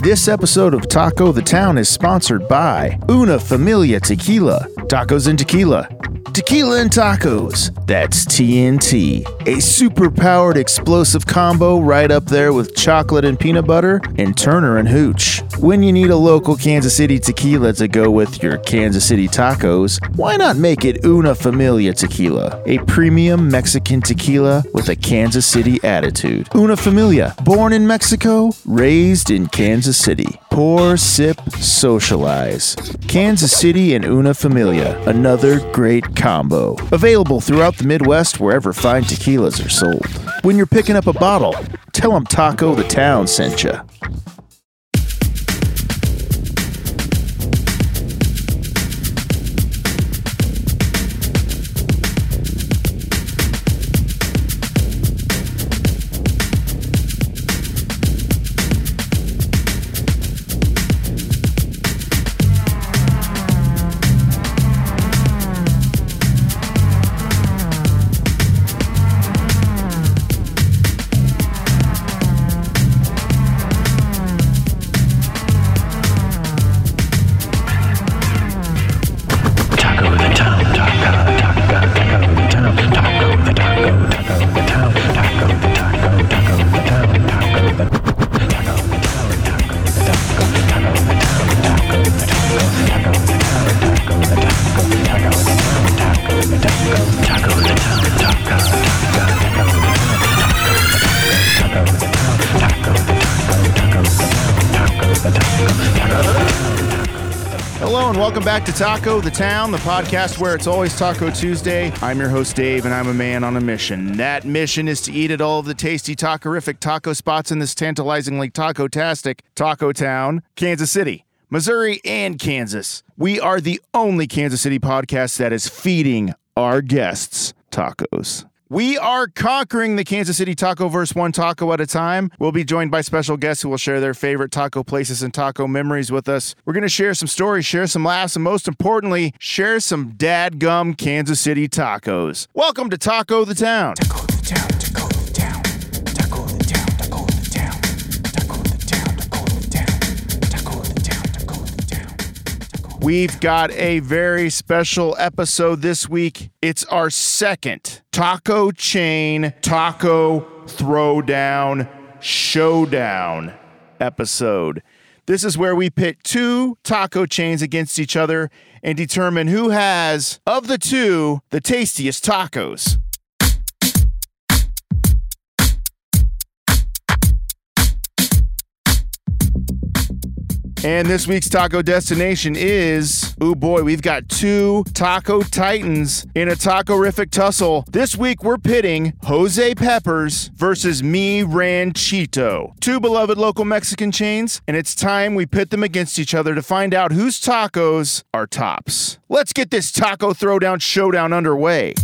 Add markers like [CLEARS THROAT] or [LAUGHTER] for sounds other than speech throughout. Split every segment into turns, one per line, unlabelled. This episode of Taco the Town is sponsored by Una Familia Tequila, Tacos and Tequila, Tequila and Tacos. That's TNT, a super powered explosive combo right up there with chocolate and peanut butter and Turner and Hooch. When you need a local Kansas City tequila to go with your Kansas City tacos, why not make it Una Familia Tequila, a premium Mexican tequila with a Kansas City attitude? Una Familia, born in Mexico, raised in Kansas City. Pour, sip, socialize. Kansas City and Una Familia, another great combo. Available throughout the Midwest wherever fine tequilas are sold. When you're picking up a bottle, tell them Taco the Town sent you.
Taco the town, taco, taco, taco the town, taco the taco, taco the town, taco the taco, taco the town, taco the taco the town, taco the taco, taco the town, taco the taco, taco the town, taco the taco, taco the town, taco the taco, taco the town, taco, taco, taco the town, taco the taco, taco the town, taco the taco, taco the town, taco the taco, taco the town.
Hello and welcome back to Taco the Town, the podcast where it's always Taco Tuesday. I'm your host Dave, and I'm a man on a mission. That mission is to eat at all of the tasty, tacorific taco spots in this tantalizingly taco-tastic Taco Town, Kansas City, Missouri, and Kansas. We are the only Kansas City podcast that is feeding our guests tacos. We are conquering the Kansas City Taco Verse one taco at a time. We'll be joined by special guests who will share their favorite taco places and taco memories with us. We're going to share some stories, share some laughs, and most importantly, share some dadgum Kansas City tacos. Welcome to Taco the Town.
Taco the town, taco the town, taco the town, taco the town, taco the town, taco the town, taco the town, taco the town.
We've got a very special episode this week. It's our second taco chain taco throwdown showdown episode. This is where we pit two taco chains against each other and determine who has, of the two, the tastiest tacos. And this week's taco destination is, oh boy, we've got two taco titans in a taco-rific tussle. This week we're pitting Jose Peppers versus Me Ranchito, two beloved local Mexican chains, and it's time we pit them against each other to find out whose tacos are tops. Let's get this taco throwdown showdown underway.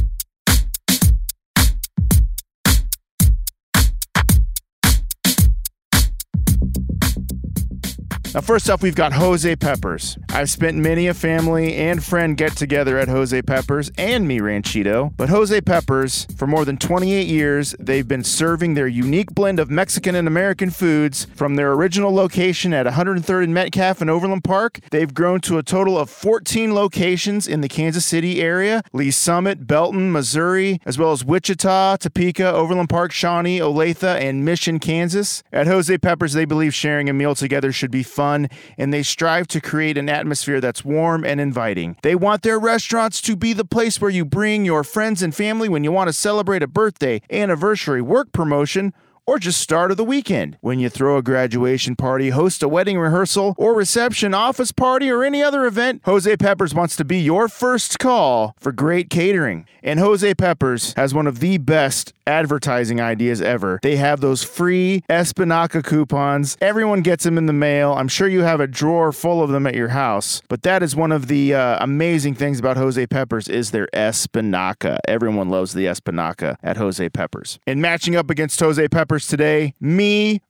Now, first up, we've got Jose Peppers. I've spent many a family and friend get together at Jose Peppers and Mi Ranchito, but Jose Peppers, for more than 28 years, they've been serving their unique blend of Mexican and American foods from their original location at 103rd and Metcalf in Overland Park. They've grown to a total of 14 locations in the Kansas City area Lee Summit, Belton, Missouri, as well as Wichita, Topeka, Overland Park, Shawnee, Olathe, and Mission, Kansas. At Jose Peppers, they believe sharing a meal together should be fun, and they strive to create an atmosphere that's warm and inviting. They want their restaurants to be the place where you bring your friends and family when you want to celebrate a birthday, anniversary, work promotion, or just start of the weekend. When you throw a graduation party, host a wedding rehearsal or reception, office party, or any other event, Jose Peppers wants to be your first call for great catering. And Jose Peppers has one of the best advertising ideas ever. They have those free Espinaca coupons. Everyone gets them in the mail. I'm sure you have a drawer full of them at your house. But that is one of the uh, amazing things about Jose Peppers is their Espinaca. Everyone loves the Espinaca at Jose Peppers. And matching up against Jose Peppers today, me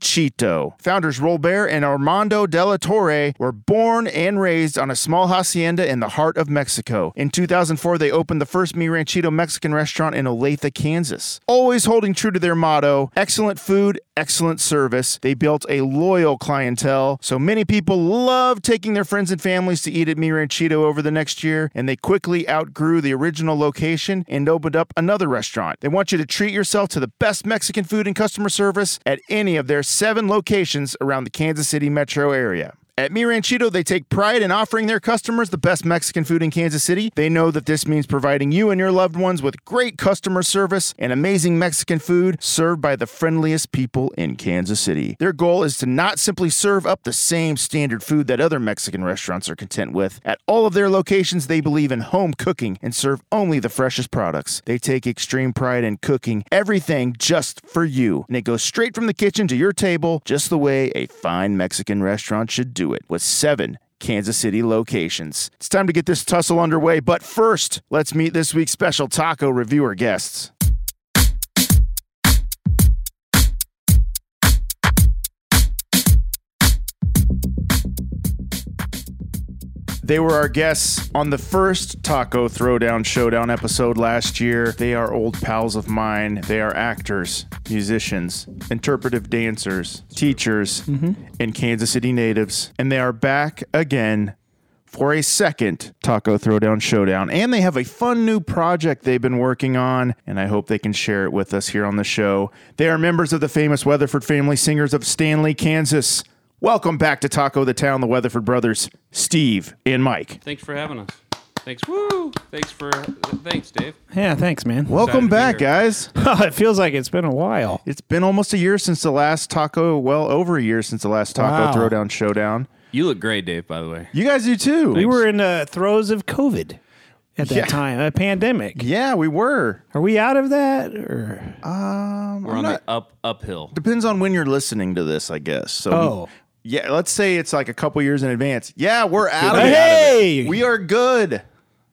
Ranchito. Founders Robert and Armando de la Torre were born and raised on a small hacienda in the heart of Mexico. In 2004, they opened the first Mi Ranchito Mexican restaurant in Olathe, Kansas. basis. Always holding true to their motto excellent food, excellent service. They built a loyal clientele, so many people love taking their friends and families to eat at Mi Ranchito over the next year, and they quickly outgrew the original location and opened up another restaurant. They want you to treat yourself to the best Mexican food and customer service at any of their seven locations around the Kansas City metro area. At Mi Ranchito, they take pride in offering their customers the best Mexican food in Kansas City. They know that this means providing you and your loved ones with great customer service and amazing Mexican food served by the friendliest people in Kansas City. Their goal is to not simply serve up the same standard food that other Mexican restaurants are content with. At all of their locations, they believe in home cooking and serve only the freshest products. They take extreme pride in cooking everything just for you, and it goes straight from the kitchen to your table, just the way a fine Mexican restaurant should do it, with seven Kansas City locations. It's time to get this tussle underway, but first, let's meet this week's special taco reviewer guests. They were our guests on the first Taco Throwdown Showdown episode last year. They are old pals of mine. They are actors, musicians, interpretive dancers, teachers, and Kansas City natives. And they are back again for a second Taco Throwdown Showdown. And they have a fun new project they've been working on, and I hope they can share it with us here on the show. They are members of the famous Weatherford Family Singers of Stanley, Kansas. Welcome back to Taco the Town, the Weatherford brothers, Steve and Mike.
Thanks for having us. Thanks. Woo! Thanks for. Thanks, Dave.
Yeah, thanks, man.
Excited to
Welcome
be
back,
here.
guys.
[LAUGHS] it feels like it's been a while.
It's been almost a year since the last Taco, well, over a year since the last Taco
Wow.
Throwdown Showdown.
You look great, Dave. By the way,
You guys do too.
We were in the throes of COVID at that
Yeah.
time, a pandemic.
Yeah, we were.
Are we out of that? Or
we're on
not-
the up uphill.
Depends on when you're listening to this, I guess. So,
Oh.
yeah, let's say it's like a couple years in advance. Yeah, we're out of it.
hey,
We are good,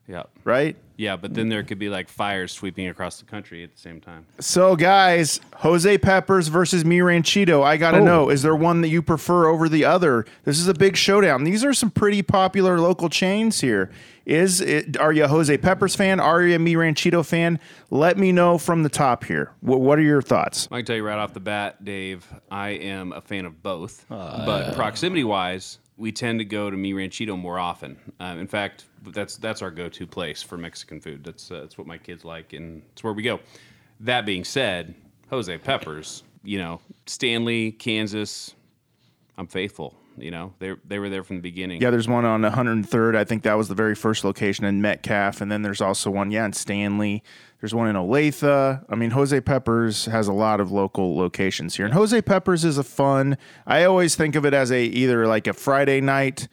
Yeah.
right?
Yeah, but then there could be like fires sweeping across the country at the same time.
So, guys, Jose Peppers versus Mi Ranchito. I got to
Oh.
know, is there one that you prefer over the other? This is a big showdown. These are some pretty popular local chains here. Is it, are you a Jose Peppers fan? Are you a Mi Ranchito fan? Let me know from the top here. What, what are your thoughts?
I can tell you right off the bat, Dave, I am a fan of both.
Ah.
but proximity wise, we tend to go to Mi Ranchito more often. Um, in fact, that's that's our go to place for Mexican food. That's uh, that's what my kids like, and it's where we go. That being said, Jose Peppers, you know, Stanley, Kansas, I'm faithful. You know, they they were there from the beginning.
Yeah, there's one on 103rd. I think that was the very first location in Metcalf, and then there's also one, yeah, in Stanley. There's one in Olathe. I mean, Jose Peppers has a lot of local locations here, and Jose Peppers is a fun. I always think of it as a either like a Friday night.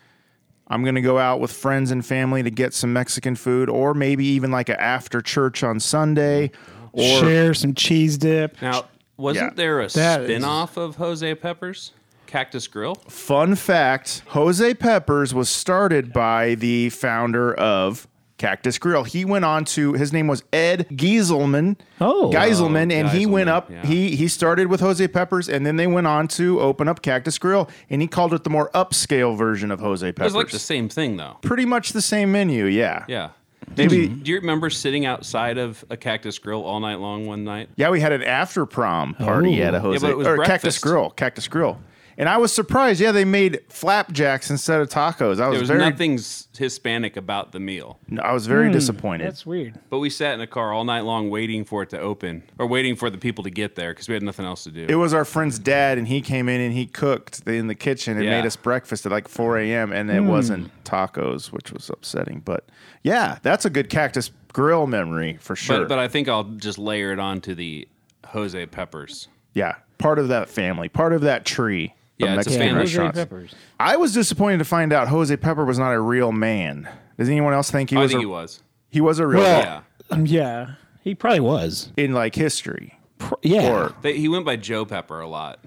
I'm gonna go out with friends and family to get some Mexican food, or maybe even like a after church on Sunday, or
share some cheese dip.
Now, wasn't
Yeah.
there a
That is-
spin-off of Jose Peppers? Cactus Grill?
Fun fact Jose Peppers was started by the founder of Cactus Grill. He went on to, his name was Ed Gieselman.
Oh.
Geiselman. And he
Geiselman,
went up,
yeah.
he, he started with Jose Peppers and then they went on to open up Cactus Grill and he called it the more upscale version of Jose
It
Peppers.
was like the same thing, though.
Pretty much the same menu, yeah.
Yeah.
Maybe,
Do you remember sitting outside of a Cactus Grill all night long one night?
Yeah, we had an after prom party
Ooh.
at a Jose
but it was
or Cactus
breakfast.
Grill, Cactus Grill, and I was surprised. Yeah, they made flapjacks instead of tacos. I was,
There was
very,
nothing s- Hispanic about the meal,
I was very disappointed.
Hmm. That's weird.
but we sat in a car all night long waiting for it to open or waiting for the people to get there because we had nothing else to do.
It was our friend's dad, and he came in and he cooked in the kitchen and
Yeah.
made us breakfast at like 4 a.m. And it
Hmm.
wasn't tacos, which was upsetting. But yeah, that's a good cactus grill memory for
but,
sure.
but I think I'll just layer it onto the Jose Peppers.
yeah, part of that family, part of that tree. of
Yeah, it's a
Mexican
family. Jose
restaurants. I was disappointed to find out Jose Pepper was not a real man. Does anyone else think he
I
was?
think
a,
he was.
he was a real
Well-
man
Yeah.
Um, yeah, he probably was.
in like history.
Pr- yeah,
Or
They, he went by Joe Pepper a lot.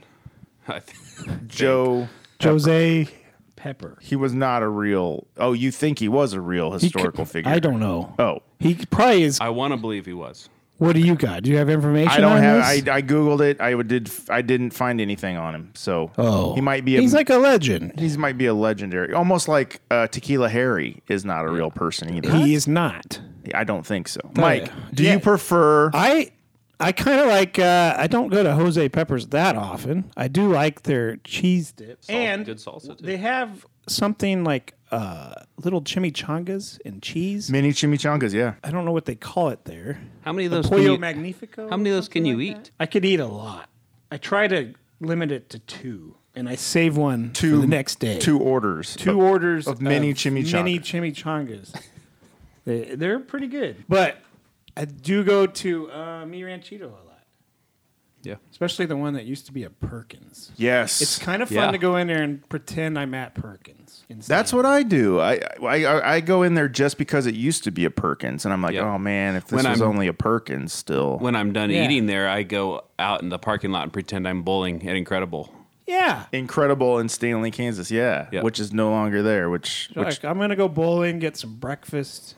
[LAUGHS] I think.
Joe,
Jose Pepper.
he was not a real. Oh, you think he was a real
He could-
historical figure?
I don't know.
Oh,
He probably is.
I want to believe he was.
What do you got? Do you have information?
I don't
on
have.
This?
I, I googled it. I would- did. I didn't find anything on him. So
oh,
he might be. A,
He's like a legend.
he might be a legendary, almost like uh, Tequila Harry is not a real person either.
He is not.
I don't think so. Mike, do you
Yeah.
prefer
I I kind of like. Uh, I don't go to Jose Peppers that often. I do like their cheese dips
Sal-
and
good salsa, too.
They have something like uh, little chimichangas and cheese.
Mini chimichangas, yeah.
I don't know what they call it there.
How many of those? Can
Pollo
you,
Magnifico.
how many of those can you eat?
I could eat a lot. I try to limit it to two, and I save one
Two
for the next day.
Two orders.
two orders
of mini
Mini
chimichanga. [LAUGHS]
chimichangas. they, they're pretty good, but I do go to uh, Mi Ranchito a lot,
Yeah.
especially the one that used to be at Perkins.
Yes.
It's kind of fun
Yeah.
to go in there and pretend I'm at Perkins. Instead.
That's what I do. I, I I I go in there just because it used to be a Perkins, and I'm like,
Yeah.
oh man, if this
When
was
I'm-
only a Perkins still.
When I'm done
Yeah.
eating there, I go out in the parking lot and pretend I'm bowling at Incredible.
yeah.
Incredible in Stanley, Kansas, yeah,
Yeah.
which is no longer there. Which which
Like, I'm gonna go bowling, get some breakfast.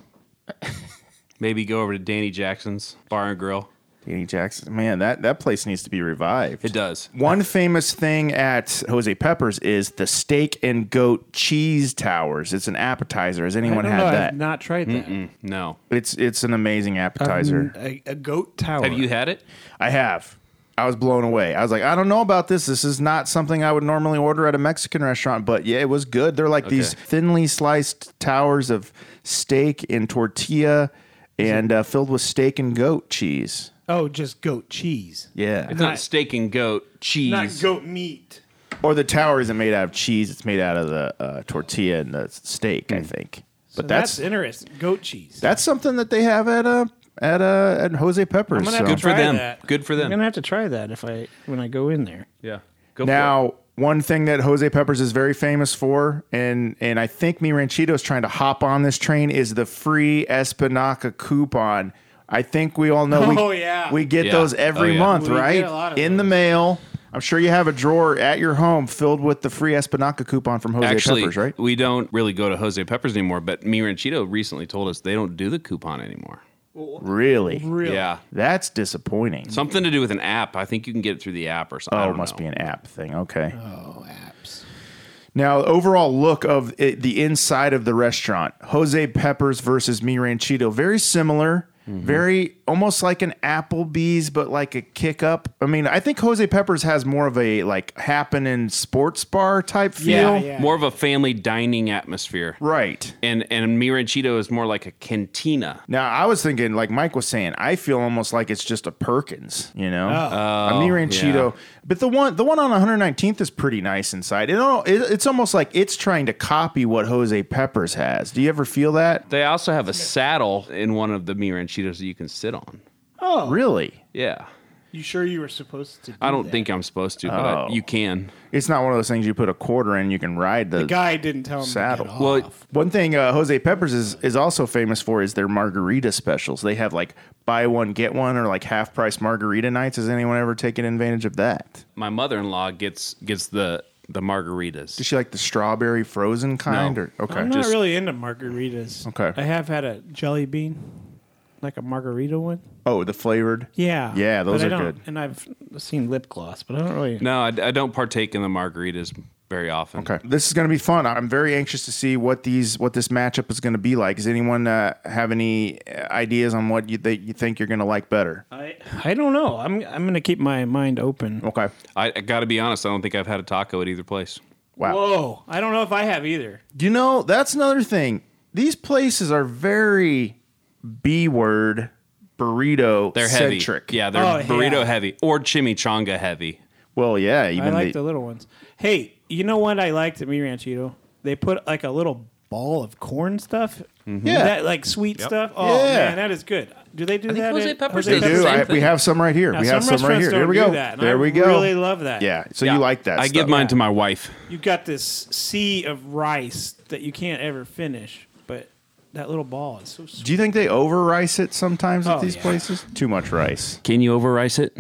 Maybe go over to Danny Jackson's Bar and Grill.
Danny Jackson, man, that that place needs to be revived.
It does.
One famous thing at Jose Peppers is the steak and goat cheese towers. It's an appetizer. Has
I
anyone
don't
had
know,
that?
I've not tried that. Mm,
No.
It's it's an amazing appetizer.
A, a goat tower.
Have you had it?
I have. I was blown away. I was like, I don't know about this. This is not something I would normally order at a Mexican restaurant, but yeah, it was good. They're like these thinly sliced towers of steak and tortilla and uh, filled with steak and goat cheese.
Oh, just goat cheese.
Yeah.
It's not,
Not-
steak and goat, cheese.
Not goat meat.
Or the tower isn't made out of cheese, it's made out of the uh, tortilla and the steak, I think. But
Hmm. So
that's,
that's interesting. Goat cheese.
that's something that they have at uh, at uh, at Jose Peppers.
I'm gonna have to
Good for
try
them.
that.
Good for
I'm
them.
gonna have to try that if I when I go in there.
Yeah. Go for
Now, one thing that Jose Peppers is very famous for, and and I think Mi Ranchito is trying to hop on this train, is the free Espinaca coupon. I think we all know.
Oh,
we,
yeah.
we get
Yeah.
those
Oh,
every
yeah.
month,
We get
right?
a lot of
In the
those.
mail. I'm sure you have a drawer at your home filled with the free Espinaca coupon from Jose
it. Actually,
Peppers, right?
we don't really go to Jose Peppers anymore, but me Ranchito recently told us they don't do the coupon anymore.
Really?
Really?
Yeah.
That's disappointing.
Something to do with an app. I think you can get it through the app or something. I
Oh, it
don't
must
know.
be an app thing. Okay.
Oh, apps.
Now, overall look of it, the inside of the restaurant, Jose Peppers versus Mi Ranchito, very similar,
Mm-hmm.
very almost like an Applebee's, but like a kick up. I mean, I think Jose Peppers has more of a like happening sports bar type feel.
Yeah, yeah.
More of a family dining atmosphere.
Right.
And and Mi Ranchito is more like a cantina.
Now, I was thinking, like Mike was saying, I feel almost like it's just a Perkins, you know,
Oh.
a Mi Ranchito. But the one, the one on 119th is pretty nice inside. It, all, it, it's almost like it's trying to copy what Jose Peppers has. Do you ever feel that?
They also have a saddle in one of the Mi Ranchitos that you can sit on.
Oh,
Really?
Yeah.
you sure you were supposed to? Do
I don't
that?
think I'm supposed to, but I-
Oh.
you can.
It's not one of those things you put a quarter in, you can ride the,
the guy didn't tell him.
saddle.
To get
Well,
off.
One thing uh, Jose Peppers is, is also famous for is their margarita specials. They have like buy one, get one, or like half price margarita nights. Has anyone ever taken advantage of that?
my mother-in-law gets gets the the margaritas.
Is she like the strawberry frozen kind?
No.
Or, okay.
I'm
just-
not really into margaritas.
Okay.
I have had a jelly bean, like a margarita one.
oh, the flavored?
Yeah.
Yeah, those
but I
are
don't-
good.
And I've seen lip gloss, but I don't really.
No, I, I don't partake in the margaritas very often.
Okay. This is going to be fun. I'm very anxious to see what these what this matchup is going to be like. Does anyone uh, have any uh, ideas on what you, that you think you're going to like better?
I, I don't know. I'm I'm gonna keep my mind open.
Oh,
Okay.
I, I got to be honest. I don't think I've had a taco at either place.
Wow.
Whoa! I don't know if I have either.
You know, that's another thing. These places are very B word burrito
They're heavy.
centric.
Yeah, they're
Oh,
burrito
yeah.
heavy or chimichanga heavy.
Well, yeah, even
I like
the,
the little ones. Hey, you know what I liked at Mi Ranchito? They put like a little ball of corn stuff.
Mm-hmm. Yeah.
that like sweet stuff. Oh
Yeah.
man, that is good. Do they do
think
that?
Jose
at
Peppers
they
does the
do.
same
I, we
thing.
have some right here.
Now,
we have
some
some right
restaurants
here. Here
don't
we
do
go.
that, and
there
I
we go.
really love that.
Yeah. So
Yeah.
you like that?
I give
stuff.
mine to my wife.
You've got this sea of rice that you can't ever finish, but that little ball is so sweet.
Do you think they over rice it sometimes
Oh,
at these
yeah.
places? Too much rice.
Can you over rice it?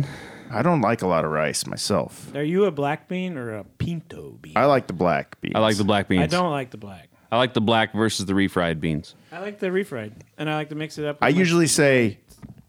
I don't like a lot of rice myself.
Are you a black bean or a pinto bean?
I like the black beans.
I like the black beans.
I don't like the black.
I like the black versus the refried beans.
I like the refried, and I like to mix it up.
I
with my-
usually say,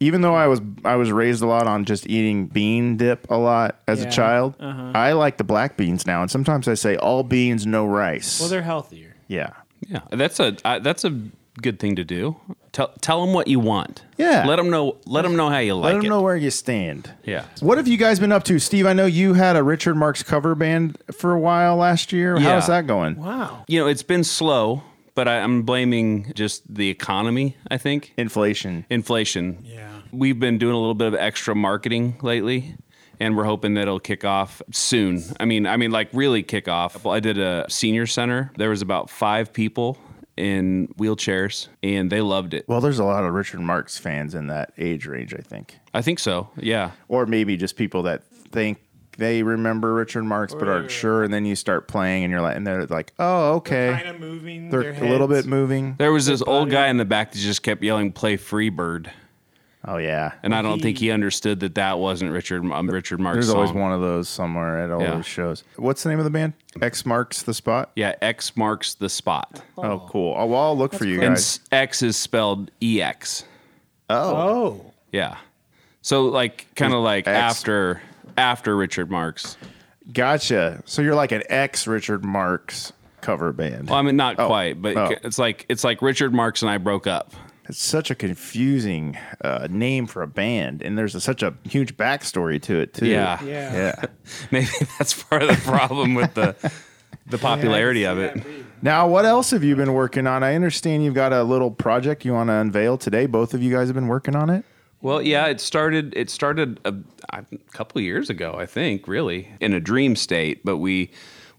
even though I was I was raised a lot on just eating bean dip a lot as
Yeah. Uh-huh.
a child, I like the black beans now, and sometimes I say all beans, no rice.
well, they're healthier.
Uh,
yeah,
Yeah, that's a I, that's a good thing to do. Tell tell them what you want.
Yeah.
Let them know. Let them know how you like
Let
it.
them know where you stand.
Yeah.
What have you guys been up to, Steve? I know you had a Richard Marks cover band for a while last year. How's
Yeah.
that going?
Wow.
You know, it's been slow, but I, I'm blaming just the economy. I think
Inflation.
inflation.
Yeah.
We've been doing a little bit of extra marketing lately. And we're hoping that it'll kick off soon. I mean, I mean, like really kick off. I did a senior center. There was about five people in wheelchairs, and they loved it.
Well, there's a lot of Richard Marks fans in that age range, I think,
I think so. Yeah,
or maybe just people that think they remember Richard Marks but aren't sure. And then you start playing, and you're like, and they're like, oh, okay,
Kind of moving.
they're,
their
a little bit
heads.
moving.
there was this old guy in the back that just kept yelling "Play Free Bird,"
Oh yeah,
and I don't think he understood that that wasn't Richard um, Richard Marks.
there's always
song.
one of those somewhere at all
Yeah.
those shows. What's the name of the band? X Marks the Spot.
Yeah, X marks the spot.
Oh, cool. Oh, well, I'll look for you
And
guys.
s- X is spelled EX.
Oh.
Yeah. So like kind of like
X.
after after Richard Marks.
Gotcha. So you're like an ex Richard Marks cover band.
Well, I mean not quite, but
Oh.
it's like it's like Richard Marks and I broke up. [LAUGHS]
It's such a confusing uh, name for a band, and there's a, such a huge backstory to it too.
Yeah.
Yeah.
Yeah.
Maybe that's part of the problem with the the popularity of it.
Now, what else have you been working on? I understand you've got a little project you want to unveil today. Both of you guys have been working on it.
Well, yeah, it started. It started a, a couple of years ago, I think, really, in a dream state. But we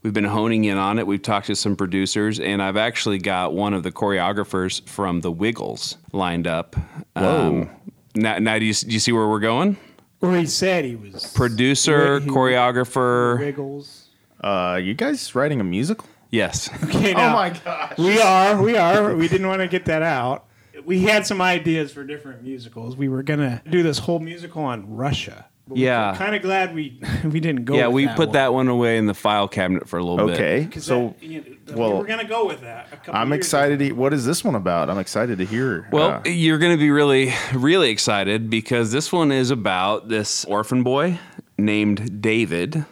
we've been honing in on it. We've talked to some producers, and I've actually got one of the choreographers from the Wiggles lined up. Whoa! now, now do you s- do you see where we're going?
Or he said he was.
Producer,
Wait, he-
choreographer.
Wiggles.
Uh, you guys writing a musical?
Yes.
Okay,
Oh
now,
my gosh!
We are. We are. we didn't want to get that out. We had some ideas for different musicals. We were gonna do this whole musical on Russia.
Yeah.
Kind of glad we we didn't go.
Yeah,
with
we
that
put
one.
that one away in the file cabinet for a little bit.
Okay,
'Cause
so
that, you know,
well,
we were gonna go with that. a couple
I'm
years
excited. To, e-, what is this one about? I'm excited to hear.
Well,
uh,
you're going to be really, really excited because this one is about this orphan boy named David.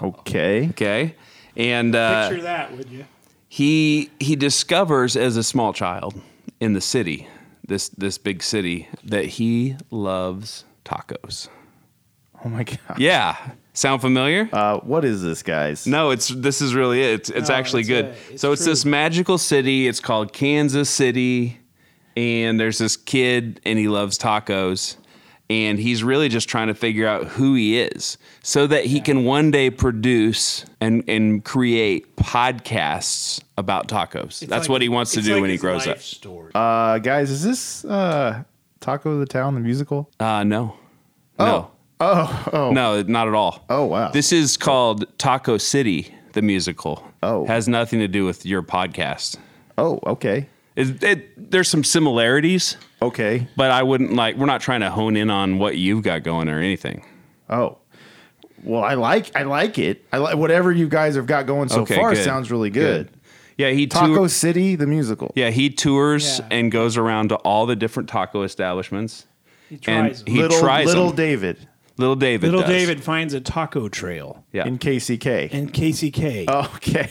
okay.
Okay. And
ago.
uh,
Picture that, would you?
he he discovers as a small child in the city, this this big city, that he loves tacos.
Oh my god.
Yeah. Sound familiar?
Uh, what is this, guys?
No, it's this is really it. It's, it's
No,
actually
it's
good.
a- it's
so it's this magical city. It's called Kansas City, and there's this kid, and he loves tacos, and he's really just trying to figure out who he is, so that he can one day produce and and create podcasts about tacos. That's what he wants to do when he grows
Story.
Uh, guys, is this uh, Taco of the Town the musical?
up. Uh, no, no,
Oh, oh,
no, not at all.
oh! Wow.
This is called Taco City, the musical.
Oh.
has nothing to do with your podcast.
oh, okay,
It, it, there's some similarities,
okay.
but I wouldn't like. We're not trying to hone in on what you've got going or anything.
Oh, well, I like I like it. I like whatever you guys have got going so
Okay,
far.
good.
Sounds really good.
Yeah, he
Taco
tours.
City, the musical.
Yeah, he tours
Yeah.
and goes around to all the different taco establishments.
He
and
tries. it.
he
little
tries
little
them.
David
little David.
Little
does.
David finds a taco trail
Yeah,
in KCK.
and KCK.
Oh, okay.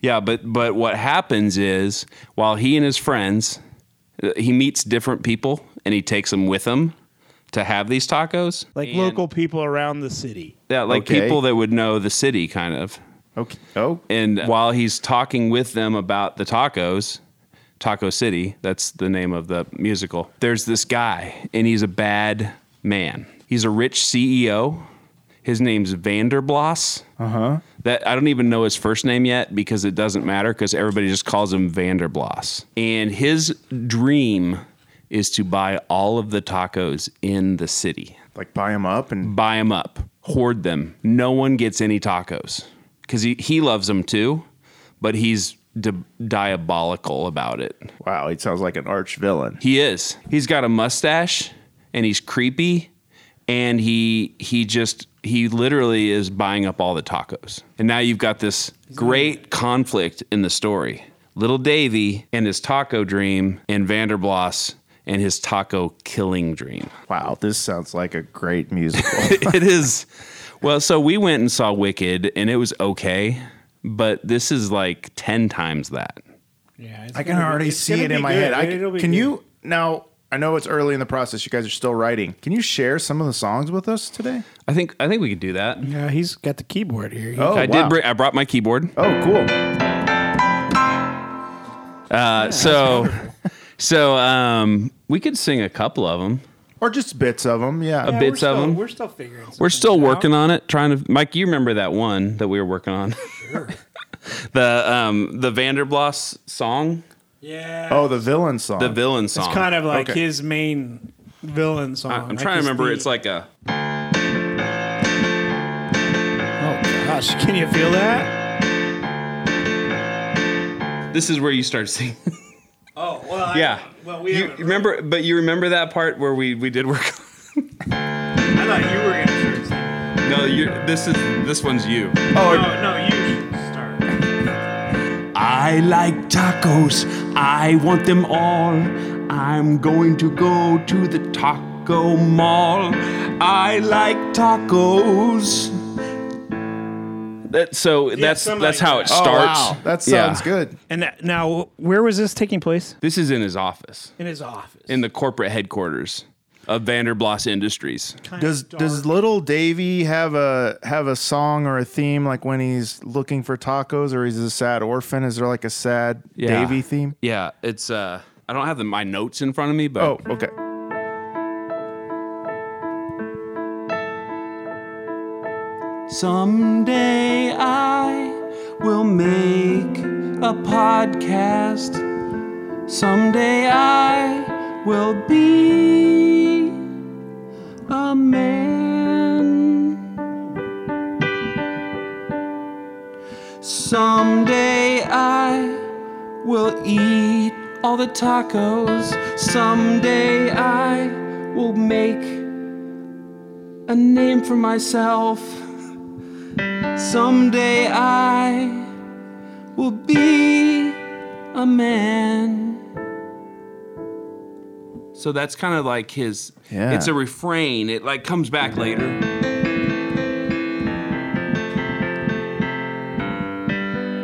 yeah, but but what happens is while he and his friends, uh, he meets different people and he takes them with him to have these tacos.
like
And-
local people around the city.
yeah, like
Okay.
people that would know the city, kind of.
Okay. Oh,
And while he's talking with them about the tacos, Taco City, that's the name of the musical, there's this guy, and he's a bad man. He's a rich CEO. His name's Vanderbloss. Uh huh. That I don't even know his first name yet because it doesn't matter because everybody just calls him Vanderbloss. And his dream is to buy all of the tacos in the city
like buy him up and
buy them up, hoard them. No one gets any tacos because he, he loves them too, but he's di- diabolical about it.
wow, he sounds like an arch villain.
He is. He's got a mustache and he's creepy and he he just he literally is buying up all the tacos. And now you've got this great conflict in the story. Little Davy and his taco dream and Vanderbloss and his taco killing dream.
Wow, this sounds like a great musical.
[LAUGHS] it is. Well, so we went and saw Wicked, and it was okay, but this is like ten times that.
Yeah,
I can already see it in my head. I can, can you Now, I know it's early in the process. You guys are still writing. Can you share some of the songs with us today?
I think I think we could do that.
Yeah, he's got the keyboard here. He-
Oh, wow.
I did. Bring, I brought my keyboard.
Oh, cool.
Uh, so, so um, we could sing a couple of them.
Or just bits of them. Yeah.
yeah,
bit-
we're
bits
still,
of 'em.
We're still figuring.
We're still working on it, trying to. Mike, you remember that one that we were working on? [LAUGHS] the um, the Vanderbloss song,
Yeah.
oh, the villain song.
the villain song.
it's kind of like
Okay.
his main villain song.
Oh. I'm
like
trying to
his
remember.
theme.
It's like a.
Oh gosh, can you feel that?
This is where you start singing. [LAUGHS]
Oh well.
yeah.
well, we
you
haven't-
remember, but you remember that part where we we did work.
I thought you were gonna start.
on No, you. This is this one's you.
Oh no, no, you should start.
I like tacos. I want them all. I'm going to go to the taco mall. I like tacos. That so that's
something
that's
like
how it
that.
Oh,
starts.
wow. That
Yeah.
sounds good.
And that- now, where was this taking place?
This is in his office,
In his office.
in the corporate headquarters of Vanderbloss Industries.
Does does little Davy have a have a song or a theme like when he's looking for tacos or he's a sad orphan? Is there like a sad
Yeah.
Davy theme?
Yeah, it's uh I don't have the, my notes in front of me, but
Oh, okay.
Someday I will make a podcast. Someday I will be a man. Someday I will eat all the tacos. Someday I will make a name for myself. Someday I will be a man. So that's kind of like his.
Yeah.
It's a refrain. It like comes back later.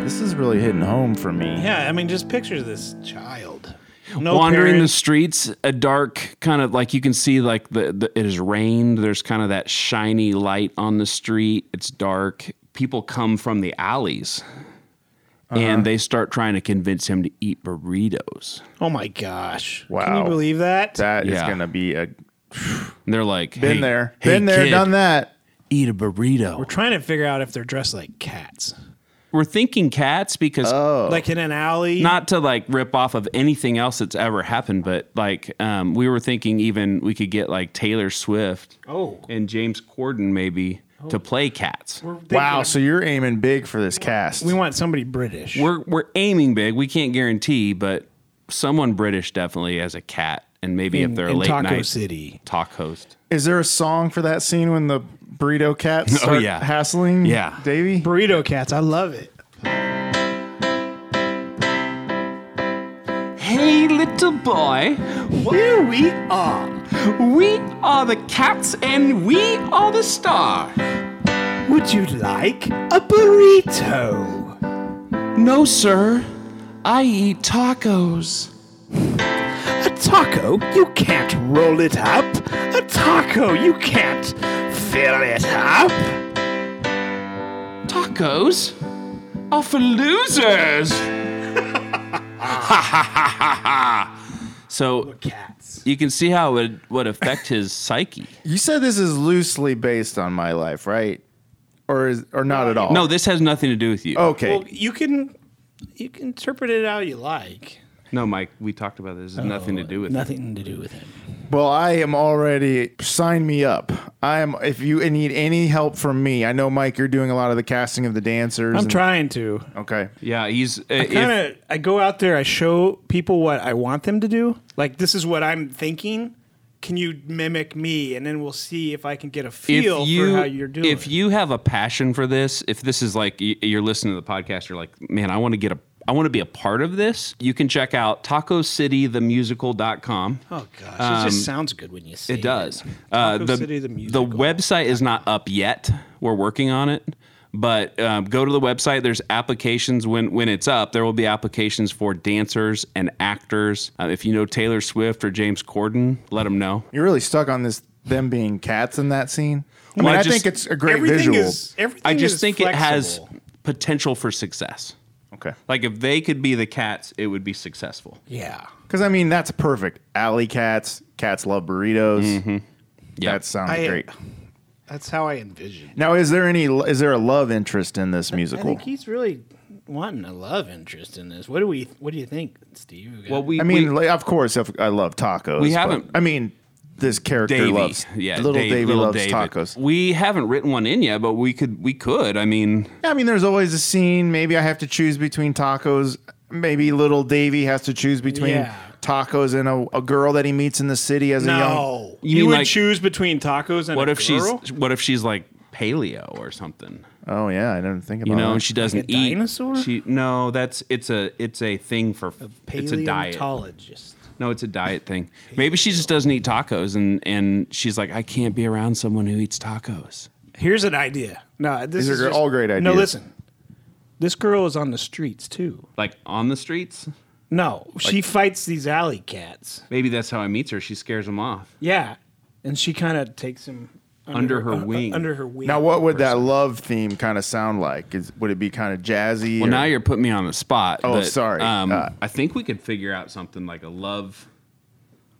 This is really hitting home for me.
yeah, I mean, just picture this child. No
Wandering the
parents.
streets, a dark kind of like you can see like the, the it has rained. There's kind of that shiny light on the street. It's dark. People come from the alleys,
Uh-huh.
and they start trying to convince him to eat burritos.
Oh my gosh. Can
Wow.
you believe that?
That is
Yeah.
gonna be a
And they're like,
been
"Hey-
there,
hey,
been there,
kid,
done that.
Eat a burrito.
We're trying to figure out if they're dressed like cats.
we're thinking cats because
Like in an alley.
Oh. not to like rip off of anything else that's ever happened, but like um, we were thinking even we could get like Taylor Swift
Oh.
and James Corden maybe to play cats.
We're thinking-
Wow, so you're aiming big for this cast.
We want somebody British.
We're we're aiming big. We can't guarantee, but someone British definitely as a cat, and maybe if
In-
they're a
in
late
Taco
night
City.
talk host.
Is there a song for that scene when the burrito [LAUGHS] cats
Oh,
start
yeah.
hassling
Yeah.
Davy?
Burrito cats. I love it.
Hey, little boy. Here we are. We are the cats, and we are the star.
Would you like a burrito?
No, sir. I eat tacos.
A taco? You can't roll it up. A taco? You can't fill it up.
Tacos are for losers. [LAUGHS] so
Cats.
you can see how it would affect his psyche.
You said this is loosely based on my life, right? Or is or not at all?
No, this has nothing to do with you.
Okay.
Well, you can you can interpret it how you like.
No, Mike, we talked about this. It has nothing to do with it.
Nothing to do with him.
Well, I am already sign me up. I am if you need any help from me. I know Mike, you're doing a lot of the casting of the dancers.
I'm
and-
trying to.
Okay.
Yeah, he's. Uh,
kind
if,
of I go out there, I show people what I want them to do. Like this is what I'm thinking. Can you mimic me? And then we'll see if I can get a
if
feel
you
for how you're doing.
if you have a passion for this, if this is like y- you're listening to the podcast, you're like, man, I want to get a. I want to be a part of this. You can check out tacocitythemusical.com.
oh gosh, it just sounds good when you say
Um, It does. Uh,
Taco
the,
City, the
the
musical.
website is not up yet. We're working on it. But um, go to the website. There's applications when when it's up. There will be applications for dancers and actors. Uh, if you know Taylor Swift or James Corden, let them know.
You're really stuck on this them being cats in that scene. I mean,
Well, I
I,
just-
think it's a great
everything
visual.
is everything
I just
is
think it has
flexible.
potential for success.
okay.
Like if they could be the cats, it would be successful.
yeah
Because I mean, that's perfect. Alley cats, cats love burritos.
Mm-hmm. Yeah.
That sounds
I- uh,
great.
that's how I envision.
Now, is there any? Is there a love interest in this
I
musical?
think he's really wanting a love interest in this. What do we? What do you think, Steve? We got-
well, we
I mean,
we-
like, of course, if- I love tacos.
We
but-
haven't-
I mean, this character
Davey.
loves.
yeah,
little
Dave-
Davey
little
loves
David.
tacos.
We haven't written one in yet, but we could. We could. I mean,
I mean, there's always a scene. Maybe I have to choose between tacos. Maybe little Davy has to choose between
Yeah.
tacos and a, a girl that he meets in the city as a young.
no,
You
you,
mean
would
like-
choose between tacos and
what
a
if
girl?
she's what if she's like paleo or something?
Oh yeah, I didn't think about
You know,
that.
and she doesn't
a
eat.
dinosaur?
She no, that's it's a it's a thing for it's a diet.
paleontologist?
No, it's a diet thing. Maybe she just doesn't eat tacos, and and she's like, I can't be around someone who eats tacos.
Here's an idea. No, this
These
is
are
just-
all great
No,
ideas.
listen. This girl is on the streets too.
Like on the streets.
No, she fights these alley cats.
Maybe that's how I meets her. She scares them off.
Yeah, and she kind of takes him
Under her
uh, uh,
wing.
under her wing.
Now, what would that love theme kind of sound like? Is, would it be kind of jazzy?
Well,
or-
now you're putting me on the spot.
Oh,
but,
sorry.
Um,
Uh,
I think we could figure out something like a love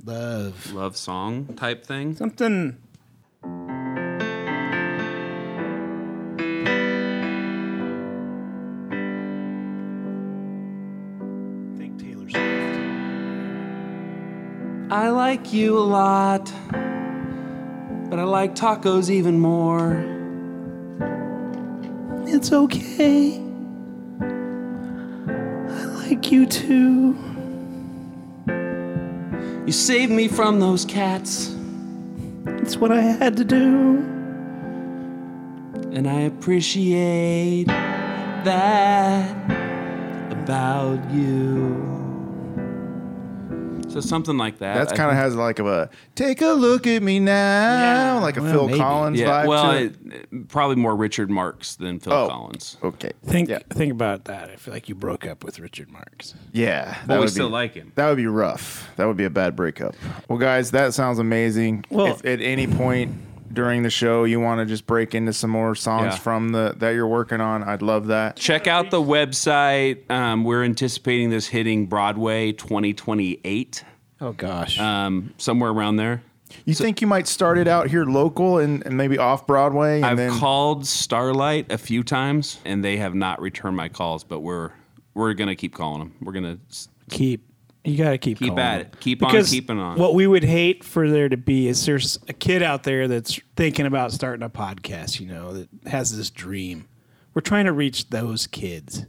love?
love song type thing.
Something. Think Taylor Swift.
I like you a lot, but I like tacos even more.
It's okay. I like you too.
You saved me from those cats,
It's what I had to do.
and I appreciate that about you. So something like that.
That's
I
kind of
think-
has like of a take a look at me now,
Yeah,
like a
well,
Phil
maybe.
Collins
yeah.
vibe.
Well,
to it.
it- probably more Richard Marx than Phil
Oh.
Collins.
okay,
Think
yeah,
think about that. I feel like you broke up with Richard Marx.
yeah that
But we
would
still
be,
like him.
That would be rough. That would be a bad breakup. Well, guys, that sounds amazing.
Well-
if at any point during the show you want to just break into some more songs
Yeah.
from the that you're working on, I'd love that.
Check out the website. Um, we're anticipating this hitting Broadway 2028,
Oh gosh.
um, somewhere around there.
You think you might start it out here local and, and maybe off Broadway? And
I've
then,
called Starlight a few times, and they have not returned my calls. But we're we're gonna keep calling them. We're gonna s-
keep you got to keep
Keep
calling
at
them.
it. Keep on keeping on.
What we would hate for there to be is there's a kid out there that's thinking about starting a podcast. You know that has this dream. We're trying to reach those kids,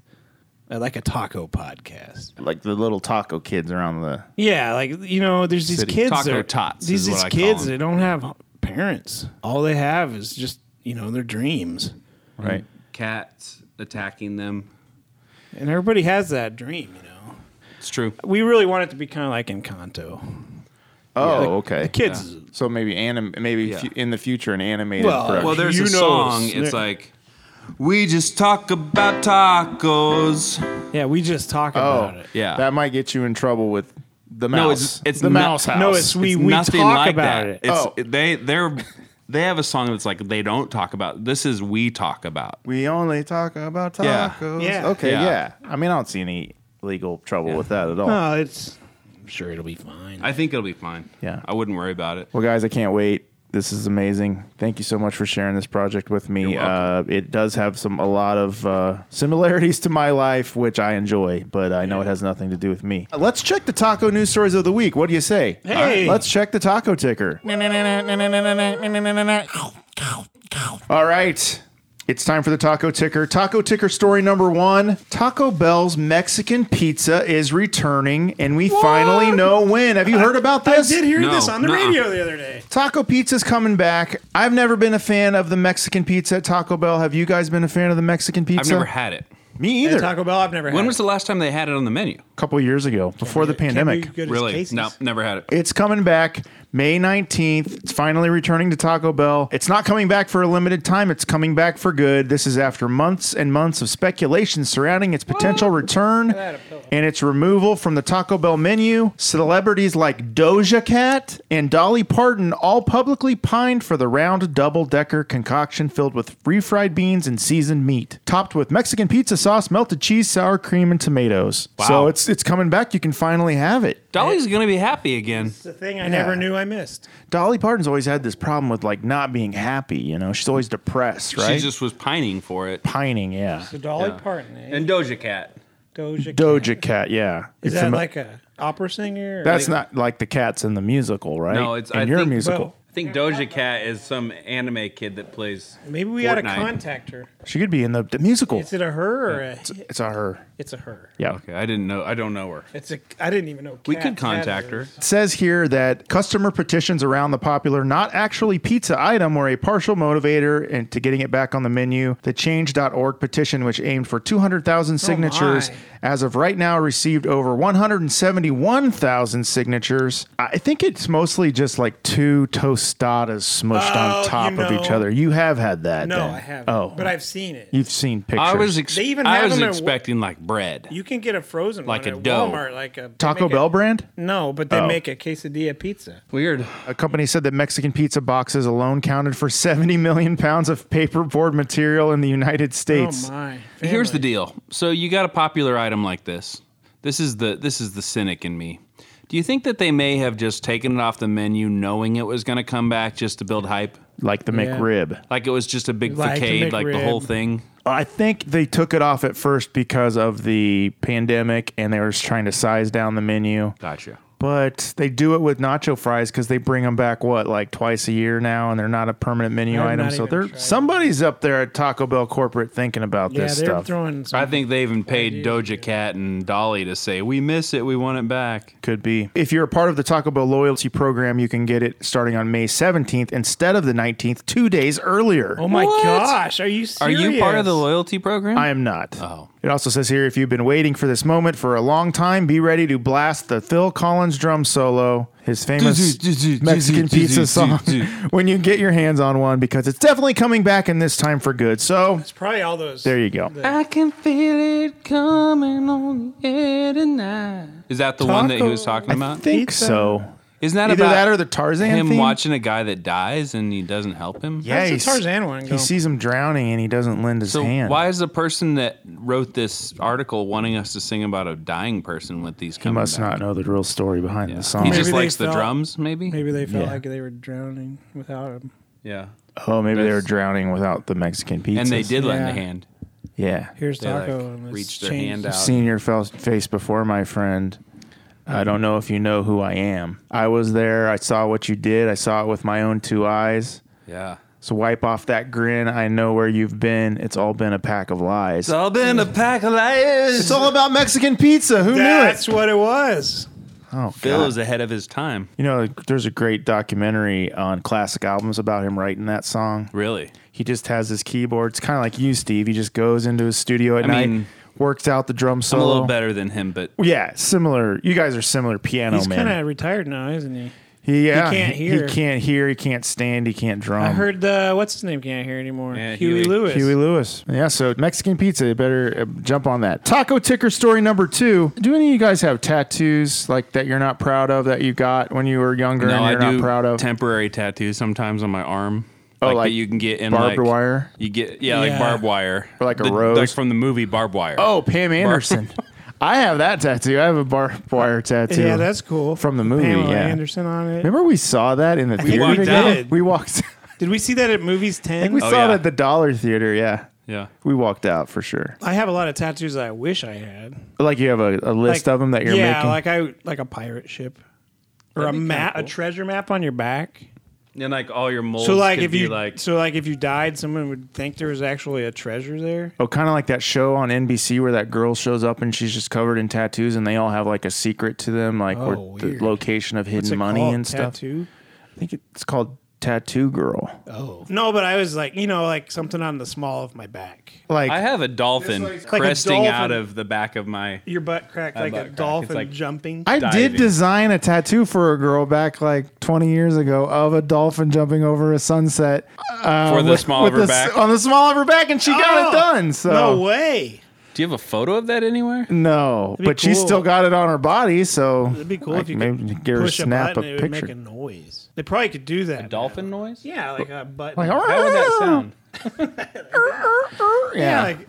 uh, like a taco podcast.
like the little taco kids around the
Yeah, like you know, there's these
City.
kids.
Taco
that-
tots
These
is what
these
I call
kids
them.
that don't have parents. All they have is just you know their dreams,
right.
cats attacking them.
and everybody has that dream. You know,
It's true.
we really want it to be kind of like Encanto.
Oh, okay.
The kids. is
So maybe anim- maybe
Yeah.
fu- in the future an animated
Well,
production.
Well, there's
You
a
know
song.
it's-
It's like we just talk about tacos.
Yeah, we just talk
oh,
about it.
Yeah.
That might get you in trouble with the mouse.
No, it's- it's
the
not-
mouse house.
No, it's we
It's
we
nothing
talk
like
about
that.
it.
It's,
Oh.
they they're they have a song that's like they don't talk about. This is we talk about.
we only talk about
Yeah.
tacos.
Yeah.
Okay,
Yeah.
yeah. I mean, I don't see any legal trouble with that at all.
No, it's. I'm sure it'll be fine.
I think it'll be fine.
Yeah.
I wouldn't worry about it.
Well, guys, I can't wait. This is amazing. Thank you so much for sharing this project with me.
You're
Uh, it does have some a lot of uh, similarities to my life, which I enjoy, but I know it has nothing to do with me. Uh, Let's check the taco news stories of the week. What do you say?
Hey!
All right, let's check the taco ticker. All right. It's time for the taco ticker. Taco ticker story number one Taco Bell's Mexican pizza is returning, and we finally know when. Have you heard about
I
this?
did hear
No,
this on the
nuh-uh.
radio the other day.
Taco pizza's coming back. I've never been a fan of the Mexican pizza at Taco Bell. Have you guys been a fan of the Mexican pizza?
I've never had it.
Me
At
either.
Taco Bell, I've never had.
When was the last time they had it on the menu?
a couple years ago, before the pandemic.
Can't be good as
Really?
Casey's.
No, never had it.
It's coming back May 19th. It's finally returning to Taco Bell. It's not coming back for a limited time, it's coming back for good. This is after months and months of speculation surrounding its potential return and its removal from the Taco Bell menu. Celebrities like Doja Cat and Dolly Parton all publicly pined for the round double decker concoction filled with refried beans and seasoned meat, topped with Mexican pizza sauce, melted cheese, sour cream, and tomatoes. So
Wow.
it's it's coming back. You can finally have it.
Dolly's gonna be happy again.
It's the thing I never knew I missed.
Dolly Parton's always had this problem with like not being happy. You know, she's always depressed, right?
She just was pining for it.
pining. Yeah.
The Dolly Parton, eh?
And Doja Cat.
Doja. Cat.
Doja Cat. Yeah.
Is
You
that
fami-
like a opera singer? or-
That's not like the cats in the musical, right?
No, it's-
in
I
your
think-
musical.
Well,
I think Doja Cat is some anime kid that plays.
maybe we ought to
Fortnite.
contact her.
she could be in the, the musical.
Is it a her or a?
It's a her.
It's a her.
Yeah.
Okay, I didn't know. I don't know her.
It's a. I didn't even know.
We
Cat
could contact
had
her.
those.
It says here that customer petitions around the popular, not actually pizza item, were a partial motivator into getting it back on the menu. The change.org petition, which aimed for 200,000 signatures,
Oh, my.
as of right now received over 171,000 signatures. I think it's mostly just like two tostadas smushed
Oh,
on
you
top of
know.
each other. You have had that.
No,
then.
I haven't.
Oh.
but I've seen it.
You've seen pictures.
I was. Ex-
They even
I
have
was
them at-
expecting like bread.
You can get a frozen
Like
one
a
at
dough.
Walmart, like a they
Taco
make a-
Bell brand?
No, but they
Oh.
make a quesadilla pizza.
Weird.
A company said that Mexican pizza boxes alone counted for 70 million pounds of paperboard material in the United States.
oh my!
Here's the
Family.
deal. So you got a popular item like this. This is the this is the cynic in me. Do you think that they may have just taken it off the menu knowing it was going to come back just to build hype?
Like the
Yeah.
McRib.
Like it was just a big
Like the
facade, like the
McRib.
whole thing.
I think they took it off at first because of the pandemic and they were just trying to size down the menu.
Gotcha.
But they do it with nacho fries because they bring them back, what, like twice a year now and they're not a permanent menu
I've
item.
not
So
even
they're,
tried it. somebody's
somebody's up there at Taco Bell Corporate thinking about
Yeah,
this
they're
stuff.
throwing. Some,
I think they even paid Doja Cat and Dolly to say, "We miss it. We want it back."
Could be. If you're a part of the Taco Bell loyalty program, you can get it starting on May 17th instead of the 19th, two days earlier.
oh my
What?
gosh! Are you?
Are
Serious?
you part of the loyalty program?
I am not.
Oh.
It also says here if you've been waiting for this moment for a long time, be ready to blast the Phil Collins drum solo, his famous Mexican pizza song, [LAUGHS] when you get your hands on one because it's definitely coming back and this time for good. So
It's probably all those.
there you go.
I can feel it coming on the air tonight. Is that the one that he was talking
I
about?
think
Pizza.
so.
Isn't that
Either
about
that or the Tarzan
him
theme?
watching a guy that dies and he doesn't help him?
Yeah,
How's the
he's-
Tarzan one
He
go?
sees him drowning and he doesn't lend his
So
hand.
why is the person that wrote this article wanting us to sing about a dying person with these?
he must not know the real story behind the song.
He
Maybe
just
they
likes the
felt-
drums, maybe.
Maybe they felt
Yeah.
like they were drowning without him.
Yeah.
Oh, maybe they were
That's-
drowing without the Mexican pizza.
And they did lend
Yeah.
a hand.
Yeah.
Here's
They
Taco.
like
and let's
reached their
change
hand
this.
out.
Seen your fel- face before, my friend. I don't know if you know who I am. I was there. I saw what you did. I saw it with my own two eyes.
Yeah.
So wipe off that grin. I know where you've been. It's all been a pack of lies.
It's all been a pack of lies.
It's all about Mexican pizza. Who
That's what it was.
knew it? Oh,
Phil
God.
is ahead of his time.
You know, there's a great documentary on classic albums about him writing that song.
Really?
He just has his keyboard. It's kind of like you, Steve. He just goes into his studio at
I
night,
mean,
works out the drum
I'm
solo.
a little better than him, but
Yeah, similar. You guys are similar piano
He's
Oh, man. Um,
kind of retired now, isn't he?
He, yeah,
can't hear.
He can't hear. He can't stand. He can't drum.
I heard the what's his name can't hear anymore.
Yeah,
Huey,
Huey.
Lewis.
Huey Lewis. Yeah, so Mexican pizza. You better uh, jump on that. Taco ticker story number two. Do any of you guys have tattoos like that you're not proud of that you got when you were younger
no,
and
I
you're
do
not proud of?
temporary tattoos sometimes on my arm.
Oh,
like,
like
that you can get in
barbed
like,
wire?
You get yeah, like
Yeah.
barbed wire
Or like a
The-
rose?
like from the movie Barbed Wire.
oh, Pam
[LAUGHS]
Anderson. I have that tattoo. I have a barbed wire tattoo.
Yeah, that's cool.
From the movie,
Pamela
yeah.
Anderson on it.
Remember we saw that in the
think
theater
we
together?
did.
We walked. [LAUGHS] I
Did we see that at movies ten?
think we
Oh,
saw it
yeah.
at the Dollar Theater. Yeah,
yeah.
we walked out for sure.
I have a lot of tattoos that I wish I had.
Like you have a, a list
Like-
of them that you're
yeah,
making.
like I like a pirate ship or a
That'd be kinda
map, a
cool.
treasure map on your back.
And like all your molds.
So like
could
if
be
you
like
so like if you died, someone would think there was actually a treasure there.
Oh, kind of like that show on NBC where that girl shows up and she's just covered in tattoos, and they all have like a secret to them, like
Oh,
or the
weird.
location of hidden
What's it
money
called?
and stuff.
Tattoo? Uh,
I think it's called tattoo girl.
No, but I was like, you know, like something on the small of my back.
Like
I have a dolphin
a
cresting out
dolphin.
of the back of my.
Your butt cracked
My
like
butt
a
crack.
dolphin
It's like-
jumping.
I did
diving.
design a tattoo for a girl back like 20 years ago of a dolphin jumping over a sunset uh,
For the small of her
the s- uh,
back?
on the small of her back, and she got
Oh,
it done. So
No way.
Do you have a photo of that anywhere?
No,
be
but she
cool.
still got it on her body. So
It'd be cool
I
if you
maybe
could
get her
push
snap
a
a,
button. it would
picture.
make a noise. They probably could do that.
Dolphin noise?
Yeah, like a button.
Like, all right.
How would that sound?
yeah.
Yeah, like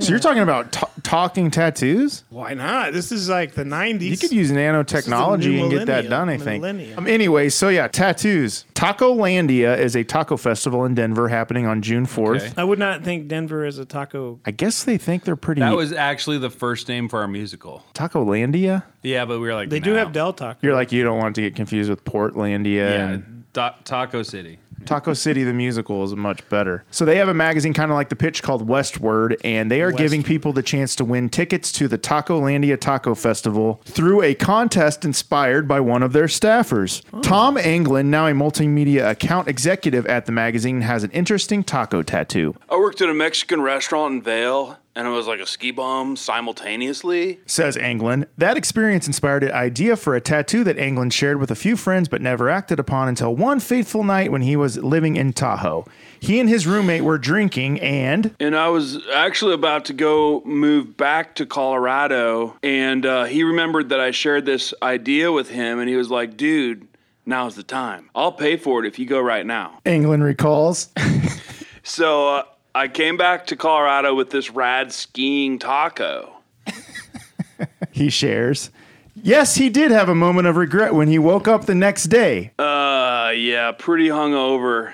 so you're talking about t- talking tattoos?
why not? This is like the '90s.
You could use
This is the
nanotechnology
new
and get that
millennium.
done, I think.
Millennium.
Um, anyway, so yeah, tattoos. Tacolandia is a taco festival in Denver happening on June 4th.
Okay.
I would not think Denver is a taco.
I guess they think they're pretty.
That was actually the first name for our musical.
Tacolandia?
Yeah, but we were like,
They do
nah.
have Del Taco.
You're like, you don't want to get confused with Portlandia.
Yeah,
And
Ta- Taco City.
Taco City, the musical, is much better. So they have a magazine kind of like The Pitch called Westward, and they are giving people the chance to win tickets to the Tacolandia Taco Festival through a contest inspired by one of their staffers. Tom Anglin, now a multimedia account executive at the magazine, has an interesting taco tattoo.
I worked at a Mexican restaurant in Vale, and I was like a ski bum simultaneously.
Says Anglin, that experience inspired an idea for a tattoo that Anglin shared with a few friends but never acted upon until one fateful night when he was living in Tahoe. He and his roommate were drinking and
And I was actually about to go move back to Colorado, and uh, he remembered that I shared this idea with him, and he was like, dude, now's the time. I'll pay for it if you go right now.
Anglin recalls. [LAUGHS]
So uh, I came back to Colorado with this rad skiing taco.
he shares. Yes, he did have a moment of regret when he woke up the next day.
Uh, yeah, pretty hungover.